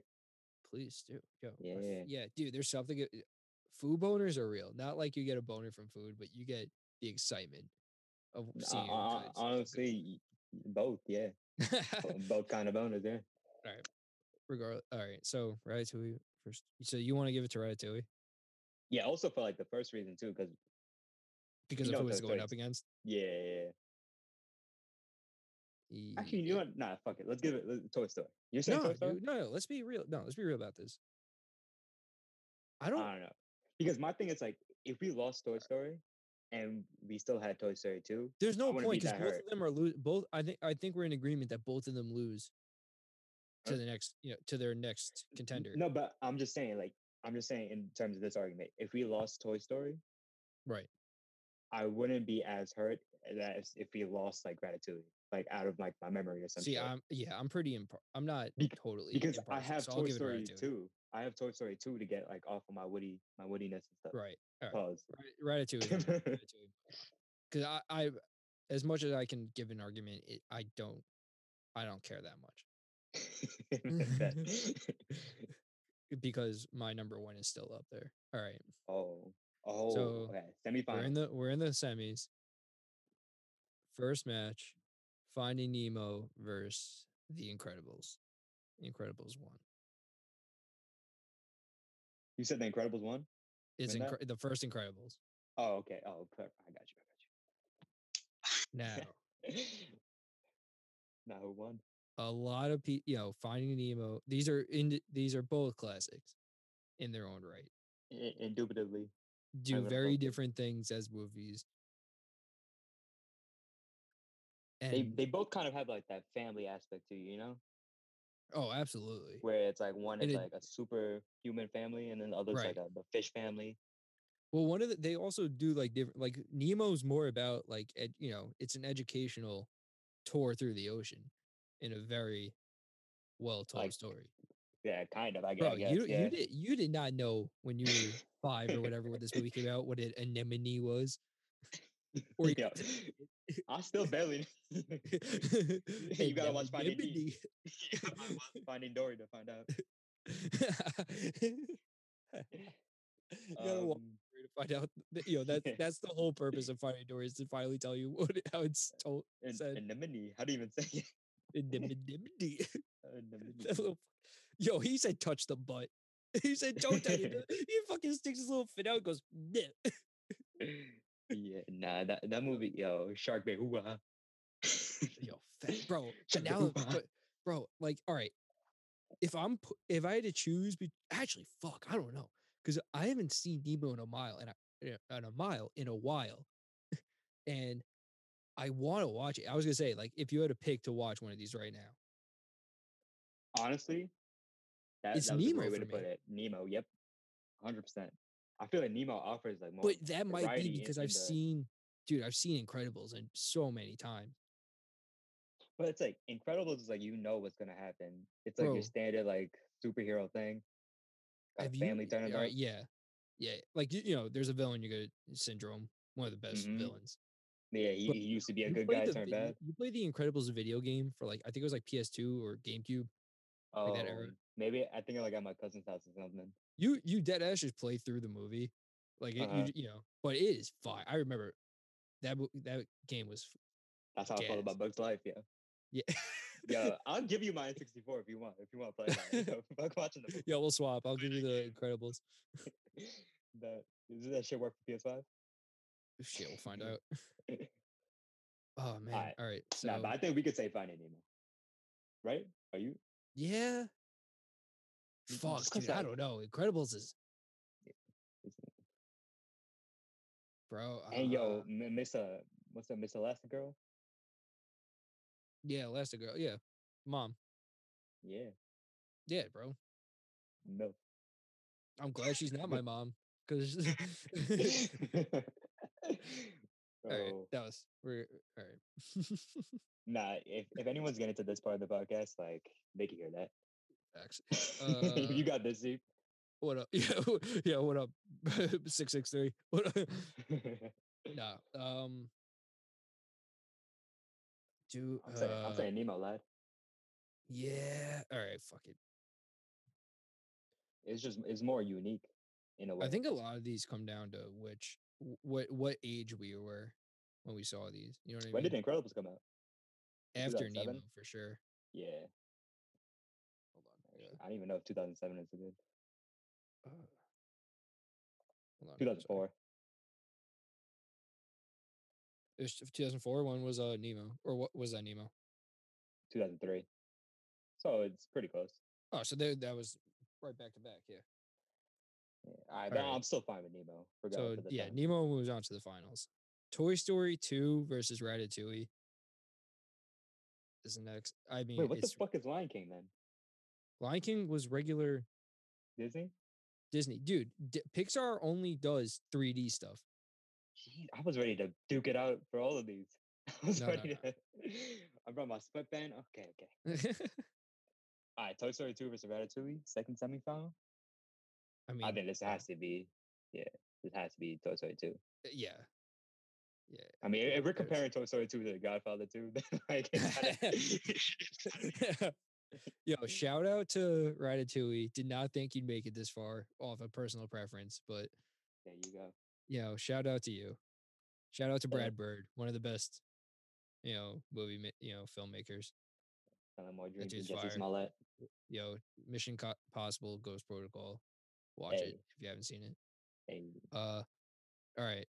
Speaker 3: please do. Yo, I f-
Speaker 2: Yeah.
Speaker 3: yeah, dude. There's something. uh, Food boners are real. Not like you get a boner from food, but you get the excitement of
Speaker 2: Uh,
Speaker 3: seeing. your
Speaker 2: uh,
Speaker 3: own kids cook.
Speaker 2: honestly, y- both. Yeah, Bo-
Speaker 3: <laughs>
Speaker 2: both kind of boners. Yeah.
Speaker 3: Regardless. All right, so Ratatouille first. So you want to give it to Ratatouille
Speaker 2: Yeah. Also for like the first reason too, because
Speaker 3: because
Speaker 2: know
Speaker 3: of who
Speaker 2: what
Speaker 3: it's
Speaker 2: that
Speaker 3: going
Speaker 2: is.
Speaker 3: up against?
Speaker 2: yeah, yeah, yeah. Actually,
Speaker 3: Yeah.
Speaker 2: you know what? Nah, fuck it. Let's give it let's, Toy Story. You're saying
Speaker 3: No,
Speaker 2: Toy Story?
Speaker 3: dude, no, no. Let's be real. No, let's be real about this. I
Speaker 2: I
Speaker 3: don't.
Speaker 2: don't know. Because my thing is like, if we lost Toy Story and we still had Toy Story 2,
Speaker 3: there's no
Speaker 2: wouldn't
Speaker 3: point
Speaker 2: be
Speaker 3: because
Speaker 2: that
Speaker 3: both
Speaker 2: hurt.
Speaker 3: of them are lose. Both. I think. I think we're in agreement that both of them lose to
Speaker 2: Uh,
Speaker 3: the next. You know, to their next contender.
Speaker 2: no, but I'm just saying, like, I'm just saying in terms of this argument, if we lost Toy Story,
Speaker 3: Right.
Speaker 2: I wouldn't be as hurt as if we lost like Ratatouille, like out of like my memory or something.
Speaker 3: See, I'm. Yeah, I'm pretty. Impar- I'm not
Speaker 2: Bec-
Speaker 3: totally
Speaker 2: because I
Speaker 3: impartial,
Speaker 2: have
Speaker 3: so I'll
Speaker 2: Toy
Speaker 3: give it to
Speaker 2: Story
Speaker 3: Ratatouille.
Speaker 2: 2. I have Toy Story 2 to get like off of my woody, my woodiness and stuff.
Speaker 3: Right. All right.
Speaker 2: Pause.
Speaker 3: Rat-
Speaker 2: <laughs>
Speaker 3: Ratatouille. is Because I, I, as much as I can give an argument, it, I don't. I don't care that much.
Speaker 2: <laughs> That-
Speaker 3: <laughs> Because my number one is still up there. All right,
Speaker 2: Oh, oh,
Speaker 3: So,
Speaker 2: okay.
Speaker 3: we're in
Speaker 2: Semifinal.
Speaker 3: the we're in the semis. First match, Finding Nemo versus The Incredibles. Incredibles one.
Speaker 2: You said the Incredibles won.
Speaker 3: It's
Speaker 2: Win that?
Speaker 3: incre- the first
Speaker 2: <laughs>
Speaker 3: Incredibles.
Speaker 2: Oh, okay. Oh, clever. I got you.
Speaker 3: Now,
Speaker 2: I got you. <laughs> now who won?
Speaker 3: a lot of people, you know, Finding Nemo. These are in these are both classics in their own right.
Speaker 2: I- indubitably.
Speaker 3: Do
Speaker 2: love
Speaker 3: very
Speaker 2: both.
Speaker 3: different things as movies. And
Speaker 2: They they both kind of have like that family aspect to you, you know,
Speaker 3: oh, absolutely.
Speaker 2: where it's like one
Speaker 3: And
Speaker 2: is
Speaker 3: it-
Speaker 2: like a super human family, and then the other's
Speaker 3: Right.
Speaker 2: like a, the fish family.
Speaker 3: Well, one of the they also do like different like Nemo's more about like ed, you know it's an educational tour through the ocean in a very well told
Speaker 2: Like,
Speaker 3: story.
Speaker 2: Yeah, kind of. I, gue- I
Speaker 3: Bro,
Speaker 2: guess.
Speaker 3: you
Speaker 2: yeah.
Speaker 3: you did you did not know when you were five or whatever
Speaker 2: <laughs>
Speaker 3: when this movie came out what an anemone was.
Speaker 2: <laughs>
Speaker 3: or you-
Speaker 2: Yeah. I still barely. <laughs>
Speaker 3: <laughs>
Speaker 2: you gotta watch Finding Nemo.
Speaker 3: Anemone.
Speaker 2: Finding Dory to find
Speaker 3: <laughs>
Speaker 2: out.
Speaker 3: you gotta watch
Speaker 2: Um,
Speaker 3: Dory to find out. <laughs> That, you know
Speaker 2: <laughs>
Speaker 3: that's that's the whole purpose of Finding Dory is to finally tell you <laughs> what it- how it's
Speaker 2: <laughs>
Speaker 3: told.
Speaker 2: and,
Speaker 3: said-
Speaker 2: anemone. How do you even say it? <laughs> Uh,
Speaker 3: Anemone. That
Speaker 2: Anemone.
Speaker 3: <laughs> little, yo, he said touch the butt. <laughs> He said
Speaker 2: <laughs>
Speaker 3: don't touch it. He fucking sticks his little fin out and goes, "Nip."
Speaker 2: yeah, nah, that that movie, yo, Shark Bay, hoo
Speaker 3: yo, fat, bro.
Speaker 2: <laughs> Shut the
Speaker 3: now,
Speaker 2: hoop
Speaker 3: that-
Speaker 2: on.
Speaker 3: but, bro, like, all right. If I'm, pu- if I had to choose, be- actually, fuck, I don't know, because I haven't seen Nemo in a mile, and I, in a mile in a while, <laughs> and I want to watch it. I was gonna say, like, if you had a pick to watch one of these right now,
Speaker 2: Honestly, that,
Speaker 3: It's
Speaker 2: that was a
Speaker 3: Nemo
Speaker 2: great way
Speaker 3: for
Speaker 2: to put
Speaker 3: me.
Speaker 2: it. Nemo, yep, hundred percent. I feel like Nemo offers like more.
Speaker 3: but that might
Speaker 2: variety
Speaker 3: be
Speaker 2: in-
Speaker 3: because
Speaker 2: in
Speaker 3: I've
Speaker 2: the-
Speaker 3: seen, dude, I've seen Incredibles and so many times.
Speaker 2: But it's like Incredibles is like you know what's gonna happen. It's like
Speaker 3: Bro.
Speaker 2: your standard like superhero thing. Got a
Speaker 3: Have
Speaker 2: family
Speaker 3: you,
Speaker 2: turning
Speaker 3: alright,
Speaker 2: up.
Speaker 3: yeah, yeah. Like you, you know, there's a villain you go syndrome, one of the best
Speaker 2: Mhm.
Speaker 3: villains.
Speaker 2: Yeah, he,
Speaker 3: but
Speaker 2: he used to be a
Speaker 3: You
Speaker 2: good
Speaker 3: played
Speaker 2: guy,
Speaker 3: the
Speaker 2: turned
Speaker 3: vi-
Speaker 2: bad.
Speaker 3: You, you played the Incredibles video game for like I think it was like PS2 or GameCube.
Speaker 2: Oh,
Speaker 3: that era.
Speaker 2: maybe I think I like at my cousin's house or something.
Speaker 3: You you dead ass just play through the movie, like it,
Speaker 2: Uh-huh.
Speaker 3: you, you know. But it is fine. I remember that mo- that game was
Speaker 2: That's how I felt
Speaker 3: Gas.
Speaker 2: about Bugs Life. Yeah.
Speaker 3: Yeah. <laughs>
Speaker 2: Yeah. I'll give you my N64 if you want. If you want to play that.
Speaker 3: <laughs>
Speaker 2: You know, <laughs> Fuck watching the
Speaker 3: Yeah, we'll swap. I'll give you the Incredibles.
Speaker 2: that. Does that shit work for PS5?
Speaker 3: Shit, we'll
Speaker 2: <laughs>
Speaker 3: find out. Oh man.
Speaker 2: Alright.
Speaker 3: All right. So
Speaker 2: nah, but I think we could say Finding Nemo. Right? Are you?
Speaker 3: yeah.
Speaker 2: Mm,
Speaker 3: Fuck,
Speaker 2: just 'cause
Speaker 3: dude, I
Speaker 2: I-
Speaker 3: don't know. Incredibles is
Speaker 2: It's-
Speaker 3: bro.
Speaker 2: And yo,
Speaker 3: uh,
Speaker 2: M- Miss uh, what's that, Miss Elastic Girl?
Speaker 3: yeah, Elastigirl, yeah, mom,
Speaker 2: Yeah,
Speaker 3: yeah, bro. <laughs>
Speaker 2: milk.
Speaker 3: I'm glad she's
Speaker 2: <laughs>
Speaker 3: not my mom <laughs> because. all right,
Speaker 2: <laughs> Bro,
Speaker 3: that was we're all <laughs> right.
Speaker 2: nah, if, if anyone's getting to this part of the podcast, like they can hear that. <laughs>
Speaker 3: Actually,
Speaker 2: If
Speaker 3: Uh
Speaker 2: you got this <laughs> deep.
Speaker 3: what up? <laughs> Yeah, yeah, what up? <laughs> Six six three. <laughs> What? Up? Nah. Um. Do
Speaker 2: I'm, saying,
Speaker 3: uh,
Speaker 2: I'm saying Nemo, lad.
Speaker 3: yeah. All right. Fuck it.
Speaker 2: It's just it's more unique in a way.
Speaker 3: I think a lot of these come down to which wh- what what age we were when we saw these. You know what I mean?
Speaker 2: when did Incredibles come out?
Speaker 3: After
Speaker 2: 2007?
Speaker 3: Nemo for sure.
Speaker 2: Yeah,
Speaker 3: Hold on. I gotta-
Speaker 2: I don't even know if 2007 is a good.
Speaker 3: uh, hold on, I'm sorry.
Speaker 2: 2004.
Speaker 3: It was 2004 one was uh Nemo or what was that Nemo?
Speaker 2: 2003. So it's pretty close.
Speaker 3: Oh, so there that was right back to back. Yeah.
Speaker 2: Yeah. All right,
Speaker 3: All
Speaker 2: but
Speaker 3: right.
Speaker 2: I'm still fine with Nemo.
Speaker 3: So
Speaker 2: regardless of the
Speaker 3: yeah,
Speaker 2: time.
Speaker 3: Nemo moves on to the finals. Toy Story 2 versus Ratatouille is the next. I mean,
Speaker 2: Wait, what the
Speaker 3: it's,
Speaker 2: fuck is Lion King then?
Speaker 3: Lion King was regular
Speaker 2: Disney?
Speaker 3: Disney, dude. D- Pixar only does 3D stuff. <laughs>
Speaker 2: Jeez, I was ready to duke it out for all of these. <laughs> I was
Speaker 3: No, no,
Speaker 2: ready to. <laughs> I brought my sweatband. Okay, okay.
Speaker 3: I
Speaker 2: All right, Toy Story 2 versus Ratatouille, second semifinal.
Speaker 3: mean,
Speaker 2: I think this has to be, yeah, this has to be Toy Story 2.
Speaker 3: uh, yeah, yeah.
Speaker 2: I mean, if we're
Speaker 3: there's-
Speaker 2: comparing Toy Story 2 to The Godfather 2, <laughs> then like, it's
Speaker 3: <laughs>
Speaker 2: <laughs> kinda- <laughs>
Speaker 3: Yo, shout out to Ratatouille. Did not think you'd make it this far off a personal preference, but
Speaker 2: there you go.
Speaker 3: you know, shout out to you. Shout out to
Speaker 2: Yeah.
Speaker 3: Brad Bird, one of the best, you know, movie ma- you know filmmakers.
Speaker 2: Kinda more dreams than
Speaker 3: dude's
Speaker 2: Jesse
Speaker 3: fire.
Speaker 2: Smollett.
Speaker 3: Yo, Mission Co- Possible, Ghost Protocol. Watch it
Speaker 2: Hey.
Speaker 3: if you haven't seen it.
Speaker 2: And
Speaker 3: Uh, all right,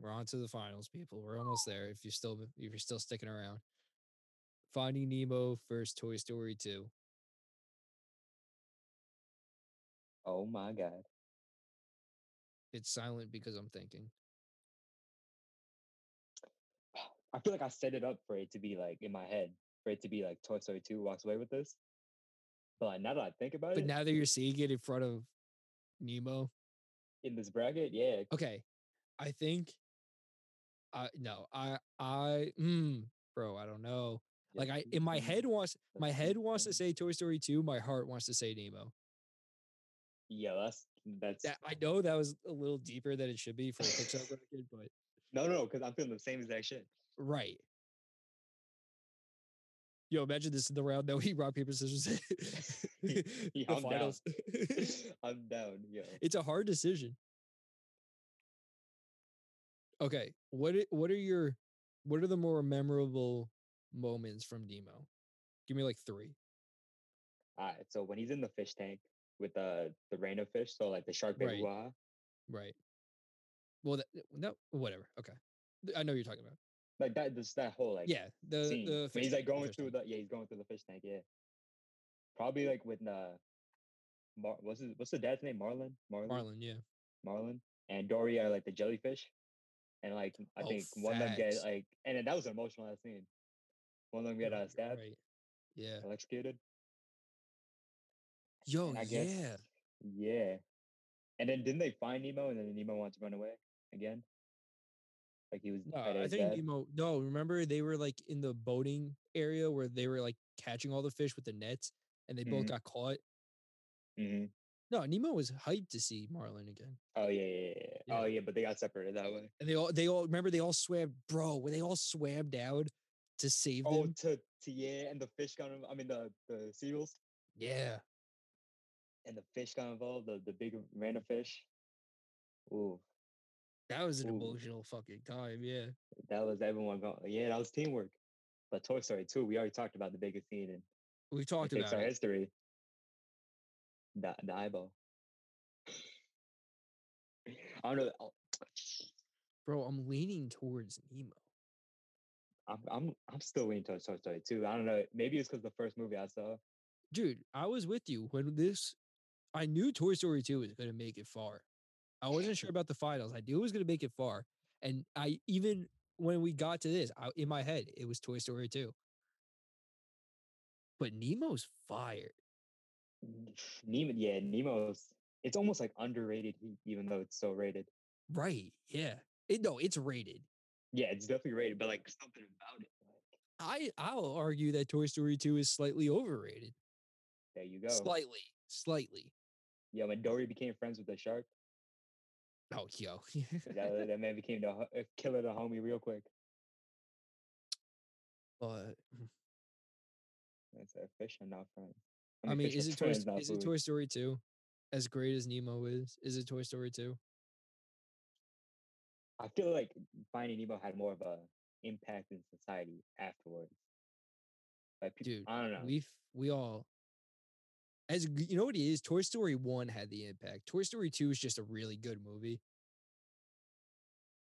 Speaker 3: we're on to the finals, people. We're almost there. If you're still if you're still sticking around, Finding Nemo first, Toy Story two.
Speaker 2: oh my God.
Speaker 3: It's silent because I'm thinking.
Speaker 2: I feel like I set it up for it to be like in my head, for it to be like Toy Story 2 walks away with this. But like, now that I think about
Speaker 3: But
Speaker 2: it,
Speaker 3: now that you're seeing it in front of Nemo,
Speaker 2: in this bracket, yeah,
Speaker 3: okay, I think. I no, I I mm, bro, I don't know. Like I in my head wants my head wants to say Toy Story two, my heart wants to say Nemo.
Speaker 2: Yeah, that's that's
Speaker 3: That I know that was a little deeper than it should be for a Pixar bracket, but
Speaker 2: no, no, because I'm feeling the same exact
Speaker 3: <laughs>
Speaker 2: shit. <laughs>
Speaker 3: right. Yo, imagine this in the round that we <laughs> rock paper scissors. <laughs> the
Speaker 2: Yeah, I'm down.
Speaker 3: finals.
Speaker 2: I'm down, yo.
Speaker 3: it's a hard decision. Okay, what i- what are your what are the more memorable moments from Nemo? Give me like three.
Speaker 2: All right, so when he's in the fish tank with the the rain of fish, so like the shark bait,
Speaker 3: Right.
Speaker 2: wah,
Speaker 3: Right. Well, that, no, whatever. Okay, Th- I know what you're talking about.
Speaker 2: like that, just that whole like
Speaker 3: yeah, the
Speaker 2: scene.
Speaker 3: the
Speaker 2: when
Speaker 3: fish
Speaker 2: he's like
Speaker 3: tank, the
Speaker 2: going
Speaker 3: fish
Speaker 2: through
Speaker 3: tank.
Speaker 2: the yeah, he's going through the fish tank, yeah. Probably like with uh, Mar- what's his, what's the dad's name? Marlin, Marlin,
Speaker 3: Marlin. Yeah,
Speaker 2: Marlin, and Dory are like the jellyfish, and like I
Speaker 3: Oh,
Speaker 2: think one of them get
Speaker 3: facts.
Speaker 2: like, and then that was an emotional ass scene. One of them get
Speaker 3: Right,
Speaker 2: uh,
Speaker 3: right,
Speaker 2: stabbed,
Speaker 3: right. Yeah.
Speaker 2: electrocuted.
Speaker 3: Yo,
Speaker 2: I guess-
Speaker 3: Oh, yeah.
Speaker 2: Yeah. And then didn't they find Nemo and then Nemo wanted to run away again? Like he was
Speaker 3: No,
Speaker 2: tied to
Speaker 3: I
Speaker 2: his
Speaker 3: think
Speaker 2: dad?
Speaker 3: Nemo. No, remember they were like in the boating area where they were like catching all the fish with the nets, and they both
Speaker 2: Mhm.
Speaker 3: got caught.
Speaker 2: Mhm.
Speaker 3: No, Nemo was hyped to see Marlin again.
Speaker 2: Oh yeah, yeah, yeah, yeah.
Speaker 3: Yeah.
Speaker 2: Oh yeah, but they got separated that way.
Speaker 3: And they all they all remember they all swam, bro. When they all swam down to save
Speaker 2: Oh
Speaker 3: them.
Speaker 2: to, to yeah, and the fish got inv- I mean the the seals
Speaker 3: Yeah.
Speaker 2: and the fish got involved, the, the big random fish. Ooh.
Speaker 3: That was an
Speaker 2: Ooh.
Speaker 3: emotional fucking time. Yeah.
Speaker 2: That was everyone going. Yeah, that was teamwork. But Toy Story 2, we already talked about the biggest scene in
Speaker 3: We talked
Speaker 2: in
Speaker 3: about
Speaker 2: Pixar
Speaker 3: it.
Speaker 2: history. The, the eyeball. I don't know. oh,
Speaker 3: Bro, I'm leaning towards Nemo.
Speaker 2: I'm I'm I'm still leaning towards Toy Story 2. I don't know. Maybe it's because the first movie I saw.
Speaker 3: Dude, I was with you when this I knew Toy Story 2 was gonna make it far. I wasn't sure about the finals. I knew it was gonna make it far. And I even when we got to this, I, in my head, it was Toy Story 2. But Nemo's fire.
Speaker 2: Nemo, yeah, Nemo's. It's almost like underrated, e- even though it's so rated.
Speaker 3: Right. Yeah. It, no, it's rated.
Speaker 2: Yeah, it's definitely rated, but like something about it. like,
Speaker 3: I I'll argue that Toy Story 2 is slightly overrated.
Speaker 2: There you go.
Speaker 3: Slightly. Slightly.
Speaker 2: Yeah, when Dory became friends with the shark,
Speaker 3: Oh, yo. <laughs>
Speaker 2: that, that man became the ho- uh, killer, the homie, real quick.
Speaker 3: but
Speaker 2: That's a fish and not friend.
Speaker 3: I mean,
Speaker 2: fish
Speaker 3: is
Speaker 2: are
Speaker 3: it Toy,
Speaker 2: friends,
Speaker 3: Sto-
Speaker 2: not
Speaker 3: is it
Speaker 2: food.
Speaker 3: Toy Story 2 as great as Nemo is? Is it Toy Story 2?
Speaker 2: I feel like Finding Nemo had more of a impact in society afterwards. Like, peop-
Speaker 3: Dude,
Speaker 2: I don't know.
Speaker 3: We f- we all as g- you know what it is, Toy Story 1 had the impact. Toy Story 2 is just a really good movie.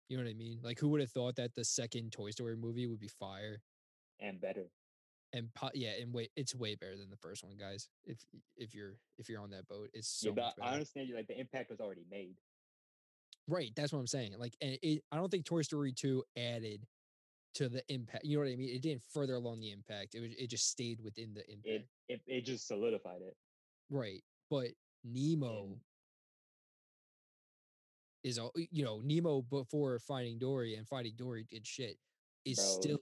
Speaker 3: You know what I mean? Like who would have thought that the second Toy Story movie would be fire?
Speaker 2: and better.
Speaker 3: and po- yeah, and wait, it's way better than the first one, guys. If y- if you're if you're on that boat, it's so
Speaker 2: yeah, but
Speaker 3: much better.
Speaker 2: I understand you. Like the impact was already made.
Speaker 3: right, that's what I'm saying. Like, and it, I don't think Toy Story two added to the impact. You know what I mean? It didn't further along the impact. It was it just stayed within the impact.
Speaker 2: It it, it just solidified it.
Speaker 3: right, but Nemo is all you know. Nemo before Finding Dory and Finding Dory did shit. Is
Speaker 2: Bro.
Speaker 3: still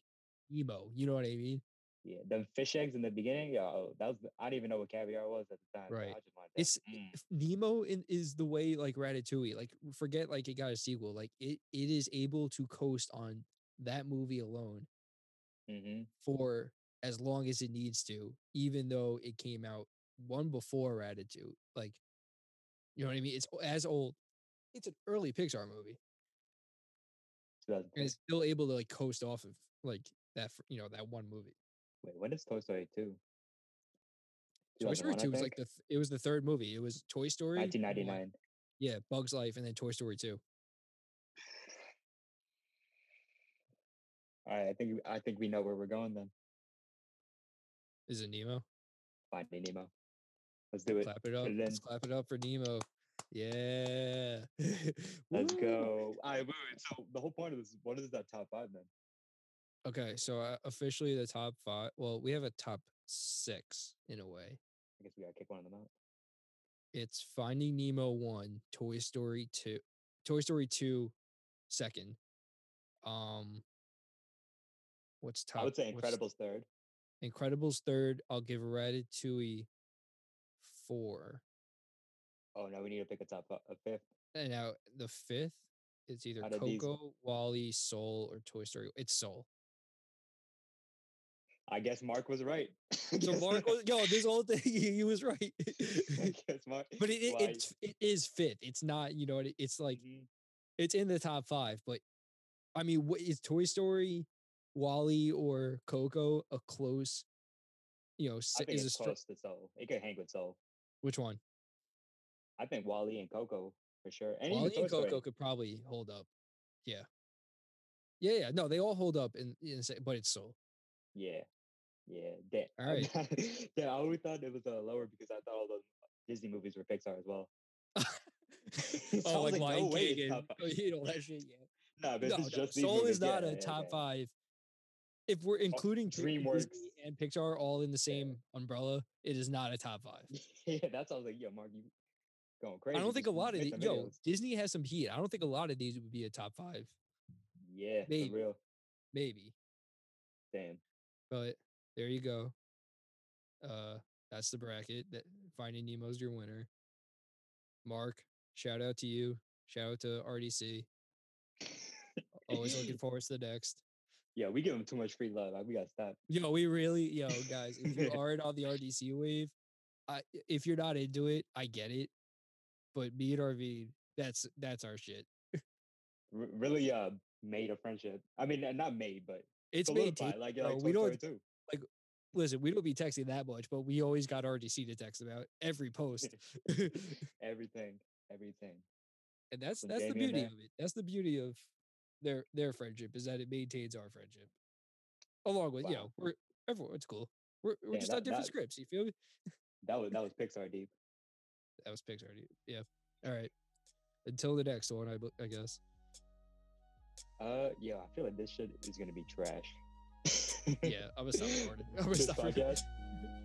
Speaker 3: Nemo. You know what I mean?
Speaker 2: Yeah, the fish eggs in the beginning, yo, that was the- I didn't even know what caviar was at the time. so
Speaker 3: Right.
Speaker 2: I just wanted that.
Speaker 3: It's-
Speaker 2: Mm.
Speaker 3: f- Nemo in, is the way like Ratatouille. Like forget like it got a sequel. Like it it is able to coast on that movie alone
Speaker 2: Mhm.
Speaker 3: for as long as it needs to, even though it came out one before Ratatouille. Like you know what I mean? It's o- as old. It's an early Pixar movie, and
Speaker 2: 2003.
Speaker 3: it's still able to like coast off of like that. f- You know that one movie.
Speaker 2: Wait, when is Toy Story two?
Speaker 3: Toy
Speaker 2: 2001,
Speaker 3: Story
Speaker 2: I
Speaker 3: Two was like
Speaker 2: think?
Speaker 3: the th- it was the third movie. It was Toy Story, one,
Speaker 2: 1999.
Speaker 3: yeah, Bugs Life, and then Toy Story Two.
Speaker 2: All right, I think I think we know where we're going then.
Speaker 3: Is it Nemo?
Speaker 2: Finding Nemo. Let's do it.
Speaker 3: Clap it up.
Speaker 2: and
Speaker 3: Let's
Speaker 2: then-
Speaker 3: clap it up for Nemo. Yeah. <laughs>
Speaker 2: Let's
Speaker 3: Woo.
Speaker 2: go. All right, wait, wait. So the whole point of this, is what is that top five then?
Speaker 3: Okay, so uh, officially the top five. Well, we have a top six in a way.
Speaker 2: I guess we gotta kick one of them out.
Speaker 3: It's Finding Nemo one, Toy Story two, Toy Story two, second. Um, what's top?
Speaker 2: I would say
Speaker 3: what's-
Speaker 2: Incredibles third.
Speaker 3: Incredibles third. I'll give Ratatouille four,
Speaker 2: Oh no, we need to pick a top fi- a fifth.
Speaker 3: and now the fifth is either
Speaker 2: Out of these-
Speaker 3: Coco, Wally, Soul, or Toy Story. It's
Speaker 2: <laughs>
Speaker 3: Soul.
Speaker 2: I guess Mark was right. <laughs> I
Speaker 3: So
Speaker 2: guess-
Speaker 3: Mark, was, yo, this whole thing, <laughs> he, he was right.
Speaker 2: <laughs> I guess Mark.
Speaker 3: but it, it,
Speaker 2: Why-
Speaker 3: it's- it is fifth. It's not, you know, it, it's like
Speaker 2: Mhm.
Speaker 3: it's in the top five. But I mean, what is Toy Story, Wally, or Coco a close? You know,
Speaker 2: I
Speaker 3: si-
Speaker 2: think
Speaker 3: is a
Speaker 2: it's
Speaker 3: str-
Speaker 2: close to Soul. It could hang with Soul.
Speaker 3: which one?
Speaker 2: I think Wally and Coco for sure. And even
Speaker 3: Wally
Speaker 2: Toy
Speaker 3: and
Speaker 2: Story.
Speaker 3: Coco could probably hold up. Yeah, yeah, yeah. No, they all hold up, and but it's Soul.
Speaker 2: Yeah, yeah. That,
Speaker 3: All right.
Speaker 2: <laughs> yeah, I always thought it was uh, lower because I thought all those Disney movies were Pixar as
Speaker 3: <laughs>
Speaker 2: well. <laughs> Sounds
Speaker 3: oh, like,
Speaker 2: like no
Speaker 3: Lion
Speaker 2: way it's
Speaker 3: King and
Speaker 2: top
Speaker 3: <laughs>
Speaker 2: five.
Speaker 3: oh,
Speaker 2: <laughs>
Speaker 3: you know that shit. Yeah.
Speaker 2: Nah, but
Speaker 3: no,
Speaker 2: this is
Speaker 3: no,
Speaker 2: just these
Speaker 3: Soul
Speaker 2: movies.
Speaker 3: is not
Speaker 2: yeah,
Speaker 3: a
Speaker 2: yeah,
Speaker 3: top
Speaker 2: yeah. Oh,
Speaker 3: five. If we're including Dr-
Speaker 2: DreamWorks.
Speaker 3: Disney and Pixar all in the same umbrella, it is not a top five.
Speaker 2: <laughs> yeah, that's how I was like, yo, Mark, you going crazy.
Speaker 3: I don't think a
Speaker 2: just
Speaker 3: lot of
Speaker 2: make some
Speaker 3: the, yo
Speaker 2: videos.
Speaker 3: Disney has some heat. I don't think a lot of these would be a top five,
Speaker 2: Yeah,
Speaker 3: maybe.
Speaker 2: for real.
Speaker 3: maybe.
Speaker 2: Damn.
Speaker 3: But there you go. Uh, that's the bracket. That Finding Nemo's your winner. Mark, shout out to you. Shout out to RDC. Always looking forward to the next.
Speaker 2: Yeah, we give them too much free love. Like, we gotta stop.
Speaker 3: Yo, we really, yo, guys, if you aren't on the RDC wave, I if you're not into it, I get it. But me and RV, that's that's our shit.
Speaker 2: r- really uh made a friendship. I mean, uh, not made, but
Speaker 3: It's
Speaker 2: solidified.
Speaker 3: maintained.
Speaker 2: Like, you're
Speaker 3: bro.
Speaker 2: like
Speaker 3: We
Speaker 2: we
Speaker 3: don't-
Speaker 2: don't too.
Speaker 3: Listen, we don't be texting that much, but we always got RDC to text about every post, <laughs> and
Speaker 2: everything, everything. When
Speaker 3: that's that's the
Speaker 2: Jamie and
Speaker 3: beauty
Speaker 2: I-
Speaker 3: of it. That's the beauty of their their friendship is that it maintains our friendship, along with you
Speaker 2: Wow.
Speaker 3: know we're everyone. It's cool. We're we're
Speaker 2: Yeah,
Speaker 3: just
Speaker 2: that-
Speaker 3: on different
Speaker 2: that-
Speaker 3: scripts. You feel me?
Speaker 2: That was that was Pixar deep.
Speaker 3: That was Pixar. dude. Yeah. All right. Until the next one, I bu- I guess.
Speaker 2: Uh, yeah, I feel like this shit is gonna be trash. <laughs>
Speaker 3: Yeah, <laughs> I'm gonna stop recording. I'm gonna
Speaker 2: This
Speaker 3: stop recording.
Speaker 2: podcast?